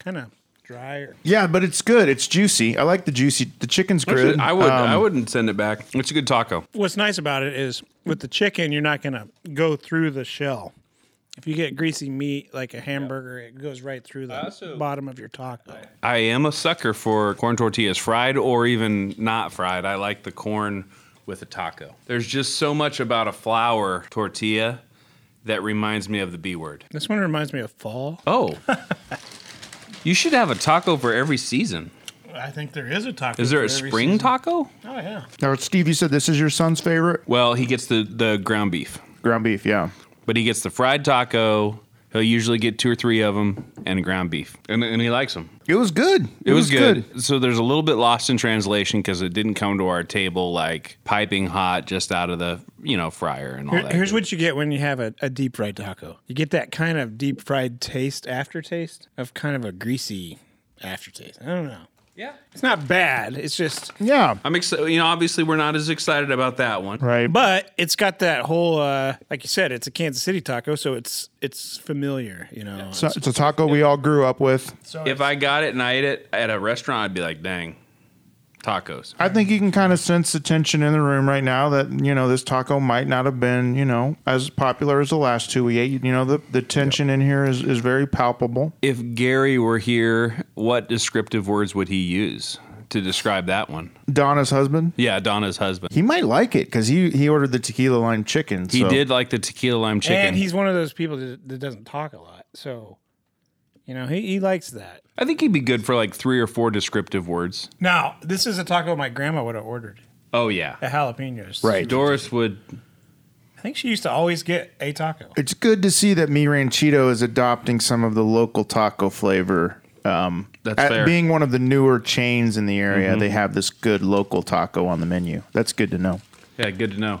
kind of dry. Or,
Yeah, but it's good. It's juicy. I like the juicy. The chicken's good.
I would
Um,
I wouldn't send it back. It's a good taco.
what's nice about it is with the chicken, you're not going to go through the shell. If you get greasy meat like a hamburger, it goes right through the bottom of your taco.
I am a sucker for corn tortillas, fried or even not fried. I like the corn with a taco. There's just so much about a flour tortilla that reminds me of the B word.
This one reminds me of fall.
Oh. [LAUGHS] you should have a taco for every season.
I think there is a taco.
Is there
for
a
every
spring
season.
taco?
Oh yeah.
Now, Steve, you said this is your son's favorite
Well, he gets the, the ground beef,
ground beef. Yeah.
but he gets the fried taco. He'll usually get two or three of them and ground beef, and, and he likes them.
It was good.
It, was, good. So there's a little bit lost in translation because it didn't come to our table like piping hot just out of the you know fryer and all
Here-
that.
here's
good.
what you get when you have a, a deep fried taco. You get that kind of deep fried taste, aftertaste of kind of a greasy aftertaste. I don't know.
Yeah.
It's not bad. It's just,
Yeah.
I'm excited. You know, obviously we're not as excited about that one.
Right.
but it's got that whole, uh, like you said, it's a Kansas City taco, so it's it's familiar. You know,
So it's a taco we all grew up with.
If I got it and I ate it at a restaurant, I'd be like, dang, tacos.
I think you can kind of sense the tension in the room right now that, you know, this taco might not have been, you know, as popular as the last two we ate. You know, the, the tension in here is, is very palpable.
If Gary were here, what descriptive words would he use to describe that one?
Donna's husband,
Yeah, Donna's husband.
he might like it because he, he ordered the tequila lime chicken.
He
so-
did like the tequila lime chicken.
and he's one of those people that, that doesn't talk a lot, so you know he, he likes that.
I think he'd be good for like three or four descriptive words.
Now, this is a taco my grandma would have ordered.
Oh yeah.
The jalapenos.
Right.
Doris would
I think she used to always get a taco.
It's good to see that Mi Ranchito is adopting some of the local taco flavor. Um,
That's
at-
fair. Mm-hmm.
Being one of the newer chains in the area, they have this good local taco on the menu. That's good to know.
Yeah, good to know.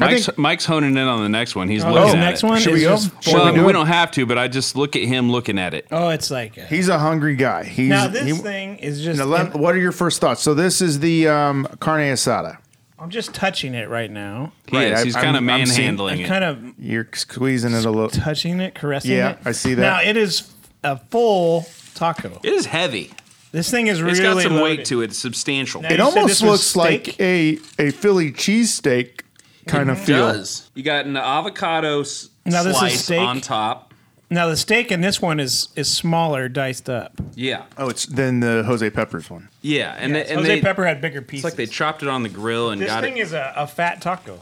I
Mike's,
think-
Mike's honing in on the next one. He's
this
looking at
Oh, next
it.
one
Should
is
we go?
just-
Should
Well,
we do
we
it?
don't have to, but I just look at him looking at it.
Oh, it's like a,
He's a hungry guy. He's,
now this
he-
thing is just.
Now, let-
and
what are your first thoughts? So this is the um, carne asada.
I'm just touching it right now.
He
Right,
is.
I-
He's
I'm-
kind of
I'm seeing-
manhandling
I'm
it.
kind of
You're squeezing it a little.
touching it, caressing
Yeah,
it.
I see that.
Now it is a full taco.
it is heavy.
This thing is
It's
really
got some
loaded.
weight to it. It's substantial.
It
It
You said
almost
this was
looks like
steak?
a a Philly cheesesteak kind of feel.
You got an avocado s-
Now this is
slice
steak?
on top.
Now the steak in this one is is smaller, diced up.
Yeah.
Oh, it's then the Jose Peppers one.
Yeah. And, they, and
Jose
they-
Pepper had bigger pieces.
it's like they chopped it on the grill and
this
got
thing
it.
is a, a fat taco.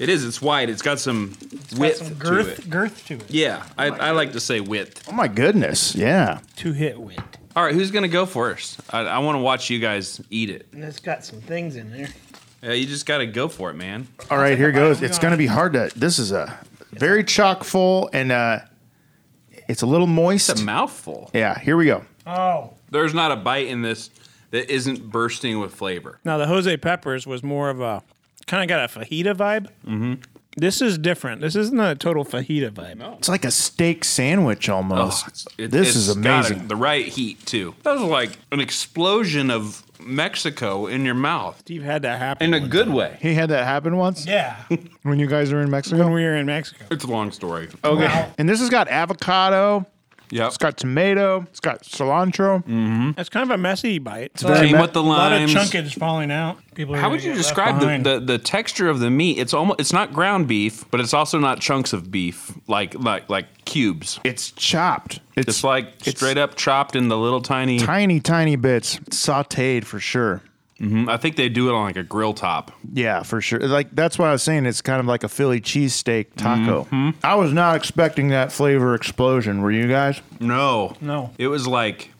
it is. It's wide. It's got some
It's got
width
some
to
girth
it.
girth to it.
Yeah. I, I like to say width.
Oh my goodness! Yeah,
Two hit weight.
All right. Who's going to go first? I, I want to watch you guys eat it.
And it's got some things in there.
Yeah, you just got to go for it, man.
All right, here goes. It's
God.
going to be hard to. This is a very chock full and uh, it's a little moist.
It's a mouthful.
yeah, here we go.
Oh,
There's not a bite in this that isn't bursting with flavor.
Now the Jose Peppers was more of a kind of got a fajita vibe. Mm-hmm. This is different. This isn't a total fajita vibe.
It's like a steak sandwich
Oh,
almost.
Oh,
It-
this
it's
is
got
amazing.
the right heat too. That was like an explosion of Mexico in your mouth
Steve had that happen.
in a
one
good
time.
way.
He had that happen once
Yeah,
when you guys were in Mexico.
when we were in Mexico.
It's a long story.
Okay. And this has got avocado.
yeah.
It's got tomato. It's got cilantro.
It's kind of a messy bite. It's
very
a
Came
me-
with the
lot of
limes.
chunkage falling out. People are
How
gonna
would you
get left
describe
behind.
the, the, the texture of the meat? It's almost it's not ground beef, but it's also not chunks of beef like like like cubes.
It's chopped. It's,
It's like straight up chopped into little tiny.
tiny, tiny bits. sauteed for sure.
I think they do it on like a grill top.
Yeah, for sure. Like that's why I was saying it's kind of like a Philly cheesesteak taco. I was not expecting that flavor explosion. Were you guys?
No,
No.
it was like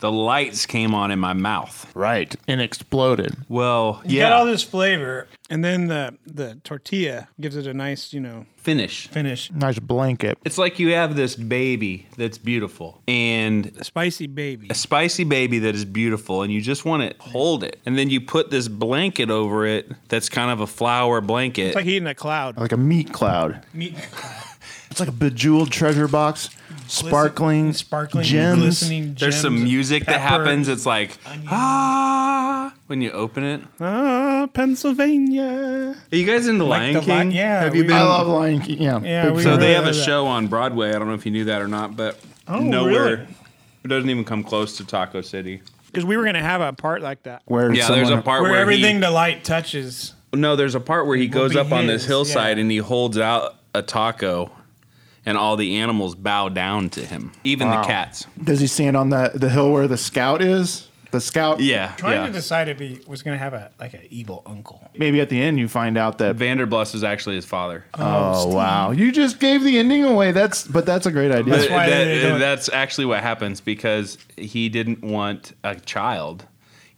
the lights came on in my mouth.
Right. And exploded.
Well,
You
yeah,
got all this flavor, and then the the tortilla gives it a nice, you know,
finish.
finish.
Nice blanket.
It's like you have this baby that's beautiful and
Spicy baby.
a spicy baby that is beautiful and you just want to hold it and then you put this blanket over it that's kind of a flower blanket
It's like eating a cloud.
Like a meat cloud.
Meat
It's like a bejeweled treasure box. Sparkling,
sparkling,
gems.
glistening
there's
gems
some
of
music that
pepper.
happens it's like ah when you open it
Ah, Pennsylvania.
are you guys into
Like
lion
the li-
king
yeah,
have you
we-
been
I love Lion King. Yeah.
Yeah,
Big
we
fan.
so they
really
have a
love that.
show on broadway i don't know if you knew that or not but
Oh,
nowhere
really?
it doesn't even come close to taco city
Because we were gonna have a part like that,
Where
yeah there's a
someone-
part
where,
where,
everything
he,
the light touches.
no there's a part where he goes
be
up on this
his,
hillside
yeah.
and he holds out a taco and all the animals bow down to him even the cats
Does he stand on the, the hill where the scout is? The scout?
yeah
Trying
yeah.
to decide if he was gonna have a like an evil uncle.
Maybe at the end you find out that.
Vanderbluss is actually his father.
Oh, wow. You just gave the ending away. That's But that's a great idea.
That's why
That-
they don't-
that's actually what happens because he didn't want a child.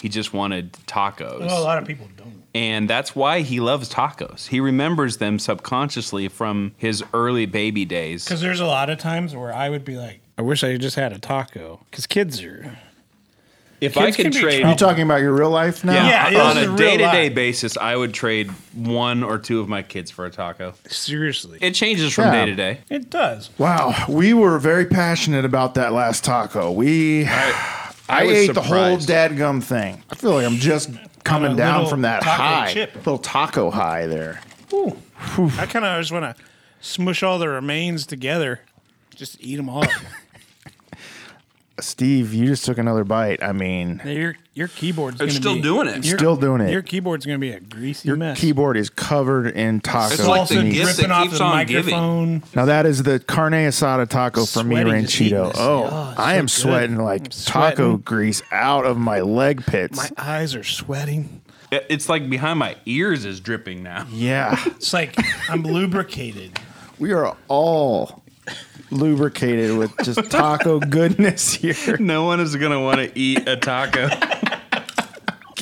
He just wanted tacos.
Well, a lot of people don't.
and that's why he loves tacos. He remembers them subconsciously from his early baby days.
Because there's a lot of times where I would be like, I wish I just had a taco. Because kids are.
If
kids
I could
can be
trade
You're talking about your real life now?
Yeah.
on-
this
on
is
a
real
day to day
life.
basis, I would trade one or two of my kids for a taco.
Seriously. It,
It changes from
Yeah.
day to day.
does.
Wow, we were very passionate about that last taco. We, I,
was
ate the whole
surprised.
dadgum thing. I feel like I'm just coming
a
down
little
from that
taco
high,
chip.
little taco high there.
I kind of just want to smush all the remains together, just eat [LAUGHS] them all. up.
Steve, you just took another bite. I mean,
Now, your your keyboard's gonna
still
be,
doing it.
your-
Still doing it.
Your keyboard's gonna be a greasy mess.
keyboard is covered in taco.
It's like the
also
meat.
gift
dripping
that
off
keeps
the
on giving.
microphone.
Now that is the carne asada taco for me,
Sweating just eating
ranchito.
this.
Oh,
Oh, it's
I
so
am
good.
sweating like
I'm sweating.
taco grease out of my leg pits.
My eyes are sweating.
It- It's like behind my ears is dripping now. [LAUGHS]
yeah,
It's
[LAUGHS]
like I'm lubricated.
we are all lubricated with [LAUGHS] just taco goodness here.
No one is gonna want to eat a taco.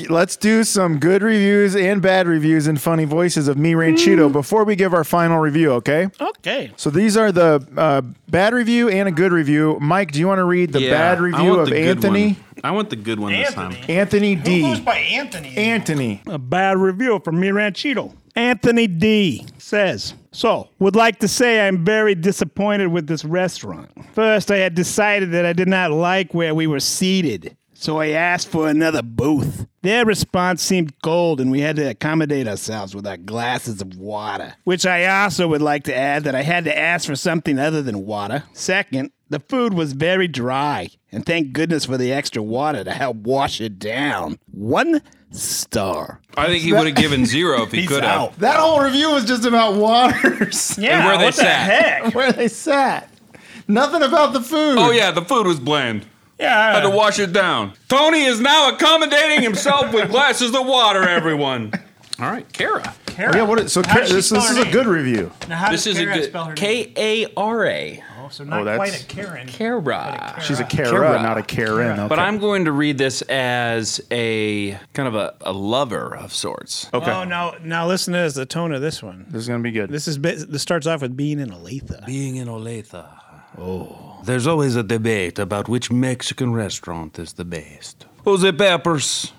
let's do some good reviews and bad reviews and funny voices of me ranchito before we give our final review okay
Okay.
so these are the uh, bad review and a good review mike do you want to read [LAUGHS] the bad review of anthony
I want the good one this time.
anthony d
by Anthony?
anthony
A bad review from me, Ranchito. Anthony D says, So, would like to say I'm very disappointed with this restaurant. First, I had decided that I did not like where we were seated, so I asked for another booth. Their response seemed cold, and we had to accommodate ourselves with our glasses of water. Which I also would like to add that I had to ask for something other than water. Second, the food was very dry, and thank goodness for the extra water to help wash it down. One star.
I think he would have given zero
[LAUGHS]
if he could have.
that whole review was just about waters
Yeah,
where they
what the
sat.
[LAUGHS]
heck?
[LAUGHS]
where they sat nothing about the food
Oh yeah, the food was bland. Had to
Yeah,
wash it down. Tony is now accommodating himself with glasses of water. Everyone. All right, Kara.
yeah what is, so
How does she
this,
spell
this
her
is a
name?
good review
now how
This
does
is a
Kara
good
spell her name?
K A R A.
So not
Oh, that's-
quite a Karen.
Kara.
she's a Kara, not a Karen okay.
But I'm going to read this as a kind of a, a lover of sorts.
okay
Oh, now now listen to the tone of this one.
this is gonna be good
This is bit- this starts off with being in Aletha.
Being in Olathe. There's always a debate about which Mexican restaurant is the best. Jose Peppers,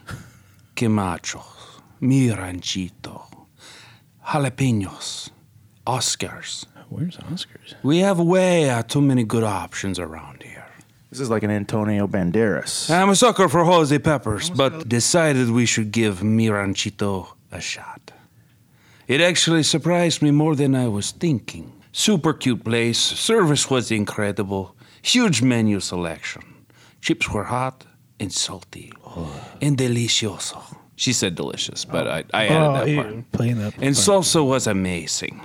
Quemachos, Mi Ranchito, Jalapenos, Oscars.
Where's Oscars?
We have way uh, too many good options around here.
This is like an Antonio Banderas.
I'm a sucker for Jose Peppers, but decided we should give Mi Ranchito a shot. It actually surprised me more than I was thinking. Super cute place, service was incredible, huge menu selection. Chips were hot and salty and delicioso. Oh, She said delicious, but I, I added that part.
playing up.
And salsa was amazing.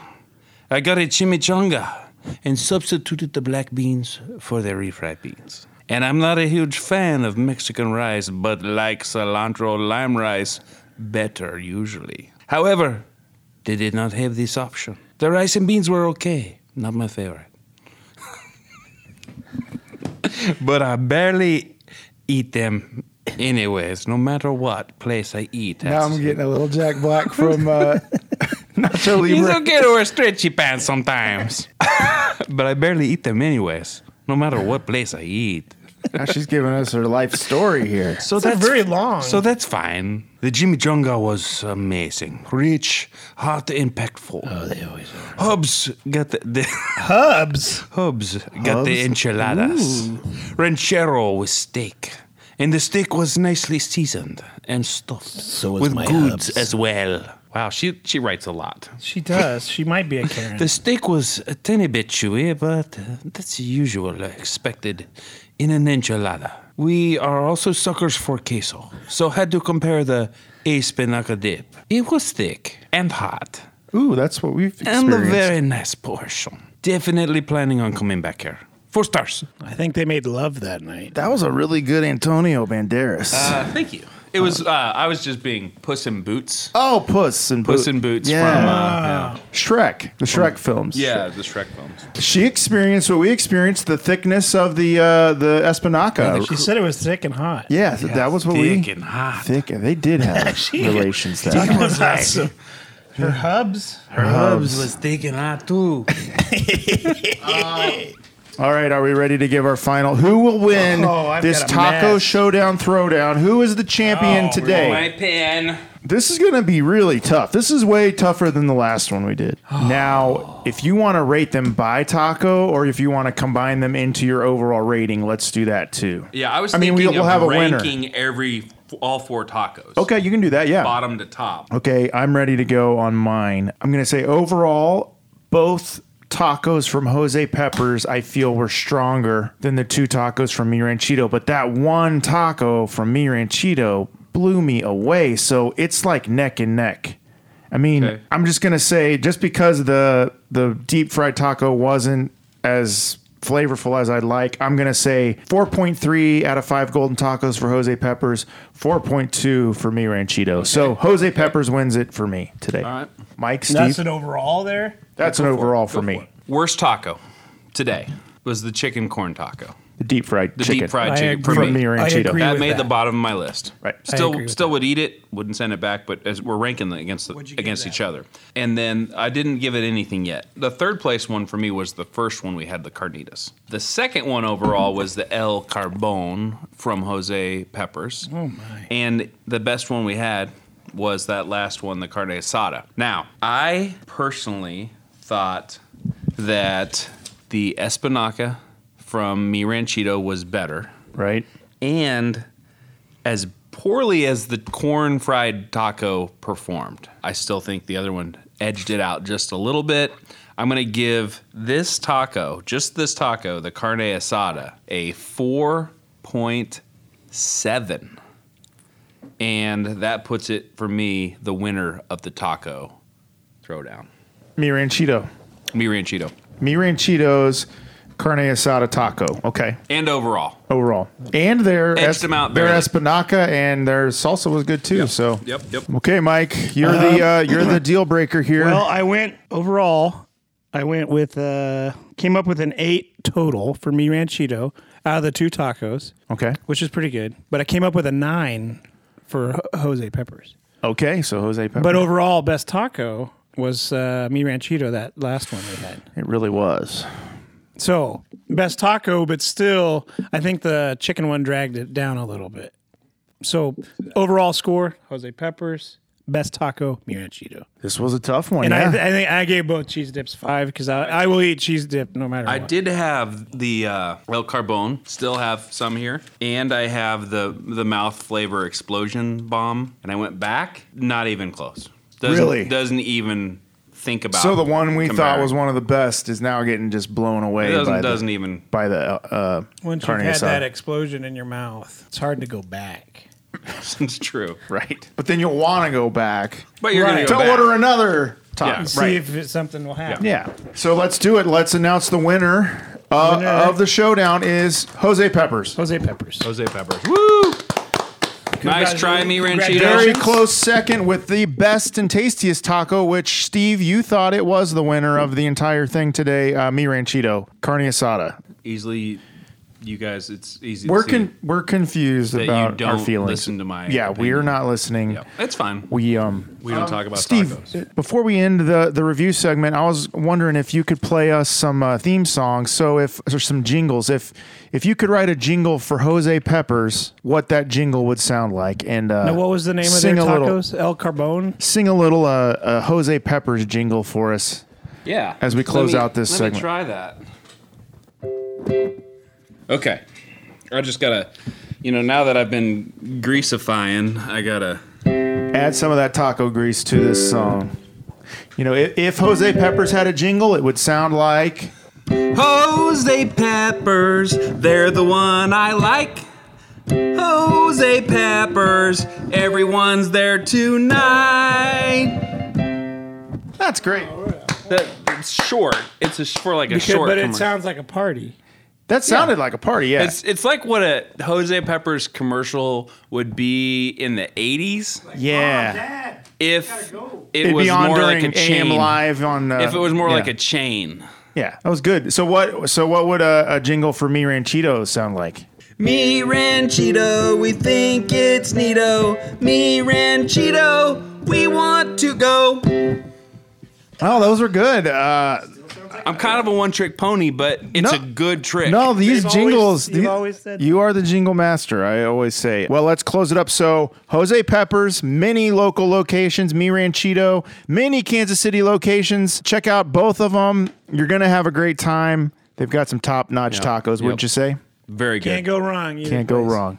I got a chimichanga and substituted the black beans for the refried beans. And I'm not a huge fan of Mexican rice, but like cilantro lime rice, better usually. However, they did not have this option. The rice and beans were okay, not my favorite. [LAUGHS] but I barely eat them anyways, no matter what place I eat.
Now I'm getting a little Jack Black
[LAUGHS]
from uh, Nacho
[LAUGHS] It's
Libre.
okay to wear stretchy pants sometimes. [LAUGHS] but I barely eat them anyways, no matter what place I eat.
Now she's giving us her life story here.
So
It's not very long.
So that's fine. The Chimichanga was amazing. Rich, hot, impactful. Oh, they always are. Hubs got the, the [LAUGHS]
Hubs.
Hubs got the enchiladas. Ranchero with steak. And the steak was nicely seasoned and stuffed
So was
with
my
goods
hubs.
as well. Wow, she she writes a lot.
She does. She might be a Karen.
The steak was a tiny bit chewy, but uh, that's the usual expected in an enchilada. We are also suckers for queso, so had to compare the espinaca dip. It was thick and hot,
Ooh, that's what we've
and
experienced.
a very nice portion. Definitely planning on coming back here. Four stars.
[LAUGHS] I think they made love that night.
that was a really good Antonio Banderas.
Uh, thank you. It was. Uh, I was just being Puss in Boots.
oh, Puss and
Puss
Boot-
in Boots
Yeah.
from uh,
Shrek, the Shrek films.
yeah, yeah, the Shrek films.
She experienced what we experienced, the thickness of the uh, the espinaca.
she said it was thick and hot.
Yeah, th- that was what
Thick
we
and hot.
thick. They did
[LAUGHS]
have relations there.
was awesome. Her hubs.
Her hubs was thick and
[LAUGHS]
hot too.
All right, are we ready to give our final? Who will win
Oh, I've
this
got a
taco
mess. Oh,
showdown throwdown? Who is the champion today?
pen.
This is going to be really tough. This is way tougher than the last one we
[GASPS]
did. now, if you want to rate them by taco or if you want to combine them into your overall rating, let's do that too.
Yeah, I was.
I mean, we-
thinking
we'll
of
have a winner.
ranking every all four tacos.
Okay, you can do that. Yeah.
bottom to top.
Okay, I'm ready to go on mine. I'm going to say overall, both tacos from Jose Peppers I feel were stronger than the two tacos from Mi Ranchito, but that one taco from Mi Ranchito blew me away. So it's like neck and neck. I mean,
Okay.
I'm just going to say just because the the deep fried taco wasn't as flavorful as I'd like, I'm going to say 4.3 out of 5 golden tacos for Jose Peppers, 4.2 for me Ranchito. So Jose Peppers wins it for me today.
All right.
Mike, Steve,
That's
that's
an
an,
overall there.
overall for,
Go
me.
it. Worst taco today was the chicken corn taco.
The deep fried
The
chicken.
deep fried
I
chicken for
agree.
From
me.
Mi Ranchito.
agree
That
with
made
that.
the bottom of my list.
Right. I
agree
Still,
with
still would eat it. Wouldn't send it back. But as we're ranking the, against the, against each other, and then I didn't give it anything yet. The third place one for me was the first one we had, the carnitas. The second one overall was the El Carbon from Jose Peppers. Oh my! And the best one we had was that last one, the carne asada. Now, I personally thought that the espinaca from Mi Ranchito was better
Right?
and as poorly as the corn fried taco performed, I still think the other one edged it out just a little bit. I'm going to give this taco, just this taco, the carne asada, a 4.7. And that puts it, for me, the winner of the taco throwdown.
Mi Ranchito.
Mi Ranchito.
Mi Ranchito's carne asada taco. Okay.
And overall.
overall. And their
Edged them out
their
barely.
espinaca and their salsa was good too. So
Yep, yep.
okay, Mike, you're the uh, you're
[CLEARS THROAT]
the deal breaker here.
Um, Well, I went overall. I went with uh came up with an eight total for me ranchito out of the two tacos,
okay,
which is pretty good. But I came up with a nine for Ho- Jose Peppers.
okay. So Jose Pepper,
But overall, best taco was uh, me ranchito that last one we had.
it really was.
So best taco, but still, I think the chicken one dragged it down a little bit. So overall score: Jose Peppers, best taco, Miranchito.
This was a tough one.
And
yeah.
I, I think I gave both cheese dips five because I, I will eat cheese dip no matter.
I
what.
did have the uh, El Carbone, still have some here, and I have the the mouth flavor explosion bomb. And I went back, not even close. Doesn't,
Really?
doesn't even think about.
so the one we thought
comparing.
was one of the best is now getting just blown away
It
by
doesn't,
the,
doesn't even. [LAUGHS]
by the uh, uh,
Once
carne
you've had
asada.
that explosion in your mouth, it's hard to go back.
It's true.
right. But then you'll want to go back
But you're gonna
Right.
to
go back.
order another taco.
See if it- something will happen.
Yeah. So let's do it. Let's announce the winner, uh,
Winner.
of the showdown is Jose Peppers.
Jose Peppers.
Jose Pepper. Woo! Nice try, me ranchito.
Very close second with the best and tastiest taco, which Steve, you thought it was the winner of the entire thing today. Uh, me ranchito, carne asada.
Easily, you guys. It's easy.
We're
to
con- we're confused
you
about our
don't
feelings.
listen to my
yeah, we're
opinion.
not listening.
See. Yeah, it's fine. We,
We um
don't talk about
Steve,
tacos.
uh, before we end the, the review segment, I was wondering if you could play us some uh, theme songs. So if or some jingles, if if you could write a jingle for Jose Peppers, what that jingle would sound like, and uh,
Now, what was the name of their
sing a little-
tacos? El Carbone.
sing a little uh, uh, Jose Peppers jingle for us.
Yeah.
As we
Let
close
me-
out this
let
segment.
me try that.
Okay. I just gotta, you know, now that I've been greasifying, I gotta.
Add some of that taco grease to this song. You know, if, if Jose Peppers had a jingle, it would sound like
Jose Peppers, they're the one I like. Jose Peppers, everyone's there tonight.
that's great.
That, it's short. It's a, sh- for like a
Because-
short.
but it
commercial.
sounds like a party.
That sounded like a party. Yeah,
It's it's like what a Jose Peppers commercial would be in the '80s
yeah.
if it
It'd
was
be on
more like
during
a
AM
chain.
Live on. Uh,
If it was more
yeah.
like a chain.
Yeah, that was good. So what? So what would a, a jingle for me ranchito sound like?
Me Ranchito, we think it's neato. Me Ranchito, we want to go.
Oh, those were good. Uh,
I'm kind of a one-trick pony, but it's
No.
a good trick.
no, these
You've
jingles.
always- you've
the-
always said
you are the jingle master. I always say. Well, let's close it up. So Jose Peppers, many local locations. Me ranchito, many Kansas City locations. Check out both of them. You're gonna have a great time. They've got some top-notch tacos. Wouldn't
Yep.
you say?
very good.
Can't go wrong. either
Can't go
place.
wrong.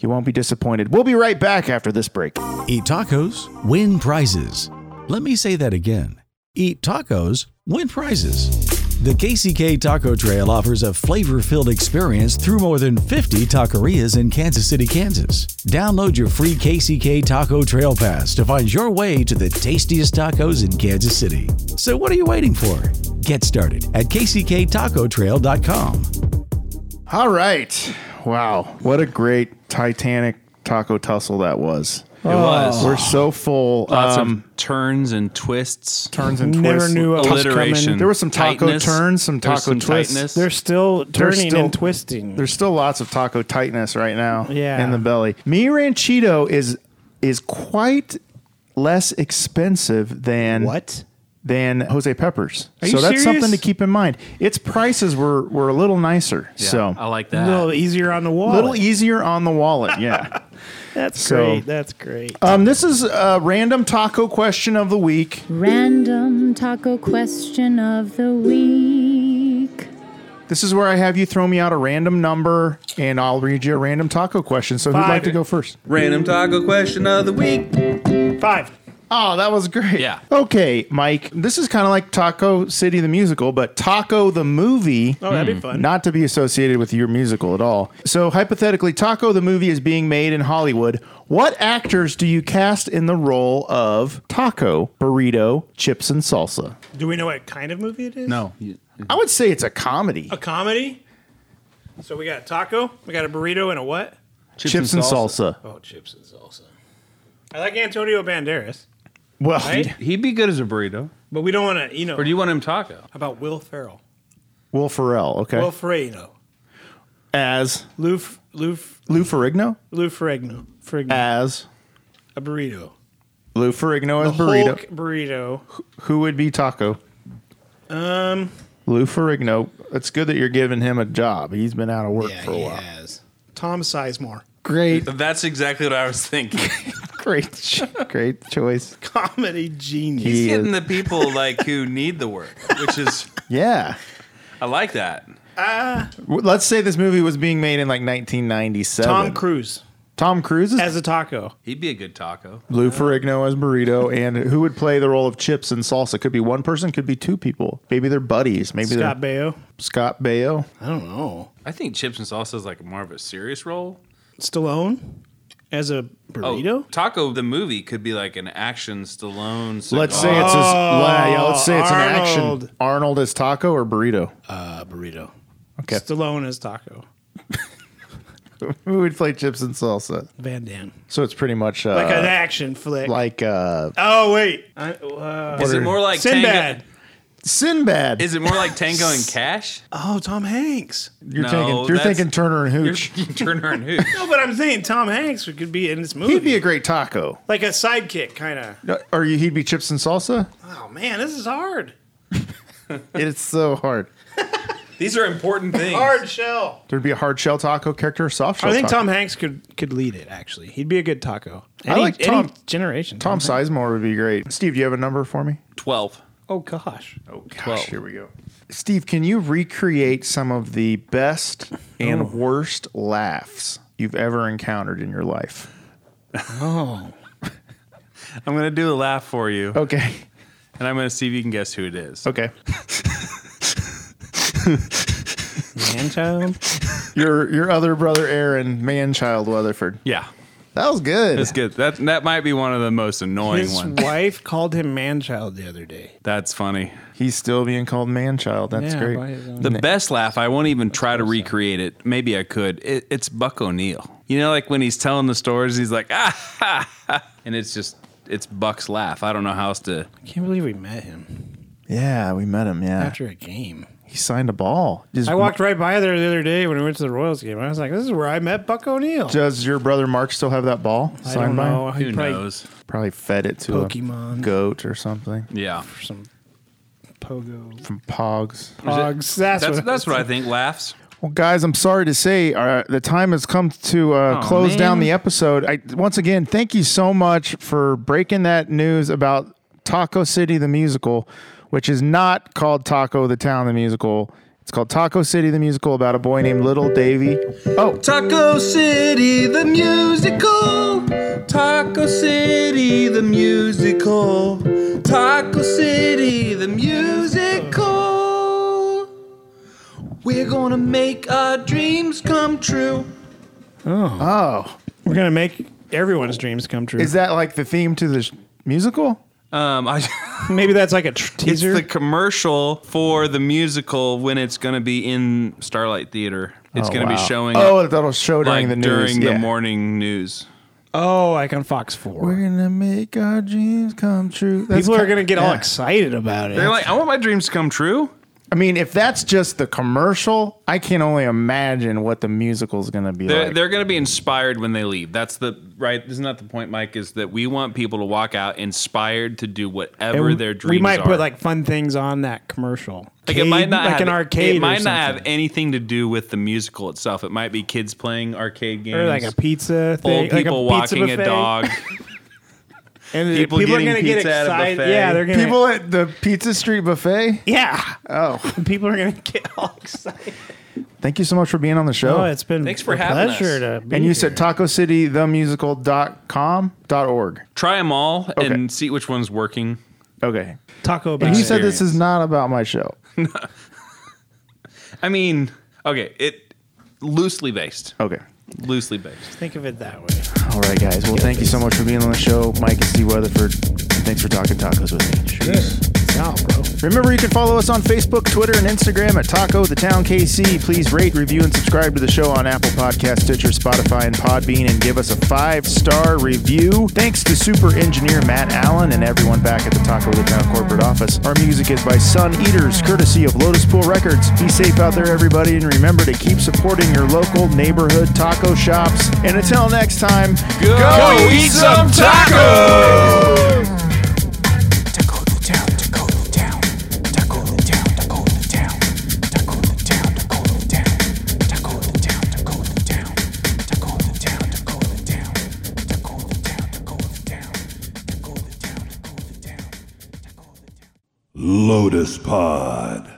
You won't be disappointed. We'll be right back after this break.
Eat tacos, win prizes. Let me say that again. Eat tacos, win prizes. The KCK Taco Trail offers a flavor filled experience through more than 50 taquerias in Kansas City, Kansas. Download your free KCK Taco Trail Pass to find your way to the tastiest tacos in Kansas City. So, what are you waiting for? Get started at kcktacotrail.com.
All right. Wow. What a great Titanic taco tussle that was.
It was
We're so full.
lots
Um,
of turns and twists,
turns and
Never
twists.
knew what was
alliteration.
coming.
There was some taco
tightness.
turns, some
There's
taco twists.
tightness.
They're still turning
still-
and twisting.
There's still lots of taco tightness right now
Yeah.
in the belly. Me ranchito is is quite less expensive than
What?
than Jose Peppers.
Are
so
you
that's
serious?
something to keep in mind. Its prices were were a little nicer. so
I like
a
that.
little easier on the wall.
a little
e-
easier on the wallet.
[LAUGHS]
Yeah.
That's
so-
great. That's great.
um, this is a random taco question of the week.
Random taco question of the week.
This is where I have you throw me out a random number and I'll read you a random taco question. So who'd like to go first?
Random taco question of the week.
Five.
Oh, that was great.
Yeah.
Okay, Mike. This is kind of like Taco City the musical, but Taco the movie.
Oh,
Hmm.
that'd be fun.
Not to be associated with your musical at all. So, hypothetically, Taco the movie is being made in Hollywood. What actors do you cast in the role of Taco, Burrito, Chips, and Salsa?
Do we know what kind of movie it is?
No,
I would say it's a comedy.
Oh,
A comedy. So we got a taco, we got a burrito, and a what?
Chips, and salsa.
Oh, chips and salsa. I like Antonio Banderas,
Well,
right?
he'd be good as a burrito.
but we don't want to, you know.
Or do you want him taco?
how about Will Ferrell?
[LAUGHS] Will Ferrell, okay.
Will Ferrigno.
as
Lou, F- Lou, F-
Lou Ferrigno?
Lou Ferrigno. Ferrigno.
As
a burrito.
Lou Ferrigno as burrito.
Hulk burrito.
Who would be taco?
Um,
Lou Ferrigno, it's good that you're giving him a job. He's been out of work for a while.
Tom Sizemore. [LAUGHS]
Great,
That's exactly what I was thinking.
great, ch- great choice.
Comedy genius.
He's
He
getting
is-
the people like who need the work, which is
Yeah.
I like that.
W- Let's say this movie was being made in like 1997.
Tom Cruise
Tom Cruise is
as a taco.
He'd be a good taco.
Lou Ferrigno as
[LAUGHS]
burrito, and who would play the role of Chips and Salsa? Could be one person, could be two people. Maybe they're buddies. Maybe
Scott
they're
Baio.
Scott Baio.
I don't know.
I think chips and salsa is like more of a serious role. Oh,
Stallone as a burrito.
Taco the movie could be like an action Stallone. Cigar.
Let's say it's his. la- yeah, let's say it's an
oh, Arnold.
action. Arnold as taco or burrito. [LAUGHS]
Uh, burrito.
Okay.
Stallone as taco.
Who would play Chips and Salsa?
Van Damme.
So it's pretty much uh,
Like an action flick.
like uh,
oh wait. I, uh,
Is it more like
Sinbad.
Tango?
Sinbad.
Is it more like Tango and Cash?
Oh, Tom Hanks.
you're
No,
thinking you're
that's-
thinking Turner and
[LAUGHS] You're
Hooch.
thinking Turner and Hooch.
[LAUGHS] No, but I'm saying Tom Hanks could be in this movie.
He'd be a great taco.
like a sidekick, kind of.
No, Or you, he'd be chips and salsa.
Oh man, this is hard.
It's so hard.
These are important things.
Hard shell.
There'd be a hard shell taco character, or soft shell.
I think
taco.
Tom Hanks could could lead it. Actually, he'd be a good taco.
I like Tom-
generation.
Tom
Hanks.
Sizemore would be great. Steve, do you have a number for me?
Twelve.
Oh gosh.
Oh gosh, here we go. Steve, can you recreate some of the best and worst laughs you've ever encountered in your life?
I'm gonna do a laugh for you,
Okay.
and I'm gonna see if you can guess who it is.
Okay.
Manchild.
Your your other brother Aaron, manchild Weatherford.
Yeah,
That was good.
that's good. That that might be one of the most annoying
His
ones.
wife called him Manchild the other day.
That's funny.
He's still being called manchild. That's
Yeah, by
great.
his own-
The best laugh. I won't even try to recreate it. Maybe I could. It, it's Buck O'Neill. You know, like when he's telling the stories, he's like, ah, ha, ha. and it's just it's Buck's laugh. I don't know how else to.
I can't believe we met him
Yeah, we met him. Yeah,
after a game.
he signed a ball. Does,
I walked right by there the other day when we went to the Royals game. I was like, "This is where I met Buck O'Neill."
Does your brother Mark still have that ball
I
signed
don't
by? him?
know. He
Who
probably-
knows?
Probably fed it to a
Pokemon.
goat or something
Yeah,
Some pogo
from Pogs.
pogs. That's,
that's
what,
that's what I think. Laughs.
Well, guys, I'm sorry to say uh, the time has come to uh,
Aw,
close down
man.
the episode. I, once again, thank you so much for breaking that news about Taco City the musical, which is not called Taco the Town the musical. It's called Taco City the musical about a boy named Little Davy. Oh,
Taco City the musical. Taco City the musical. Taco City the musical. We're gonna make our dreams come true.
oh,
we're gonna make everyone's dreams come true.
is that like the theme to the sh- musical?
Um, I, [LAUGHS]
Maybe that's like a tr-
it's
teaser.
the commercial for the musical when it's gonna be in Starlight Theater. It's
Oh,
gonna be
wow.
showing
Oh,
up
that'll show during
like,
the news.
during
Yeah.
the morning news.
oh, like on Fox
We're
Four.
gonna make our dreams come true. That's
People are
ki-
gonna get all
yeah.
excited about it.
They're like, I want my dreams to come true.
I mean, if that's just the commercial, I can only imagine what the musical's gonna be
They're,
like.
they're going to be inspired when they leave. That's the right. Isn't that the point, Mike? Is that we want people to walk out inspired to do
And
whatever
we-
their dreams
we might
are.
put like fun things on that commercial.
Like, it might
Cade-
not
like
have,
an arcade.
It might
or
not have
something.
anything to do with the musical itself. It might be kids playing arcade games,
Or like a pizza thing.
old people
like a pizza
walking a
buffet. [LAUGHS]
dog.
And
people getting pizza at a buffet.
yeah, they're gonna.
People at the Pizza Street Buffet. [LAUGHS]
yeah,
Oh,
people are gonna get all excited.
thank you so much for being on the show.
Oh, it's been
Thanks for
a
having
pleasure
us.
to be
and you
here.
said tacocitythemusical.com.org.
Try them all
Okay.
and see which one's working.
Okay.
taco. Bell.
And you said this is not about my show.
I mean, okay, it loosely based,
Okay.
loosely based.
think of it that way.
All right, guys. Well, thank you so much for being on the show, Mike and Steve Weatherford. Thanks for talking tacos with me.
Yeah, bro.
Remember, you can follow us on Facebook, Twitter, and Instagram at Taco the Town KC. Please rate, review, and subscribe to the show on Apple Podcast, Stitcher, Spotify, and Podbean, and give us a five star review. Thanks to super engineer Matt Allen and everyone back at the Taco the Town corporate office. Our music is by Sun Eaters, courtesy of Lotus Pool Records. Be safe out there, everybody, and remember to keep supporting your local neighborhood taco shops. And until next time, go, eat some tacos!
Dakota Town, Dakota Town, Dakota Town, Dakota Town.
Lotus Pod.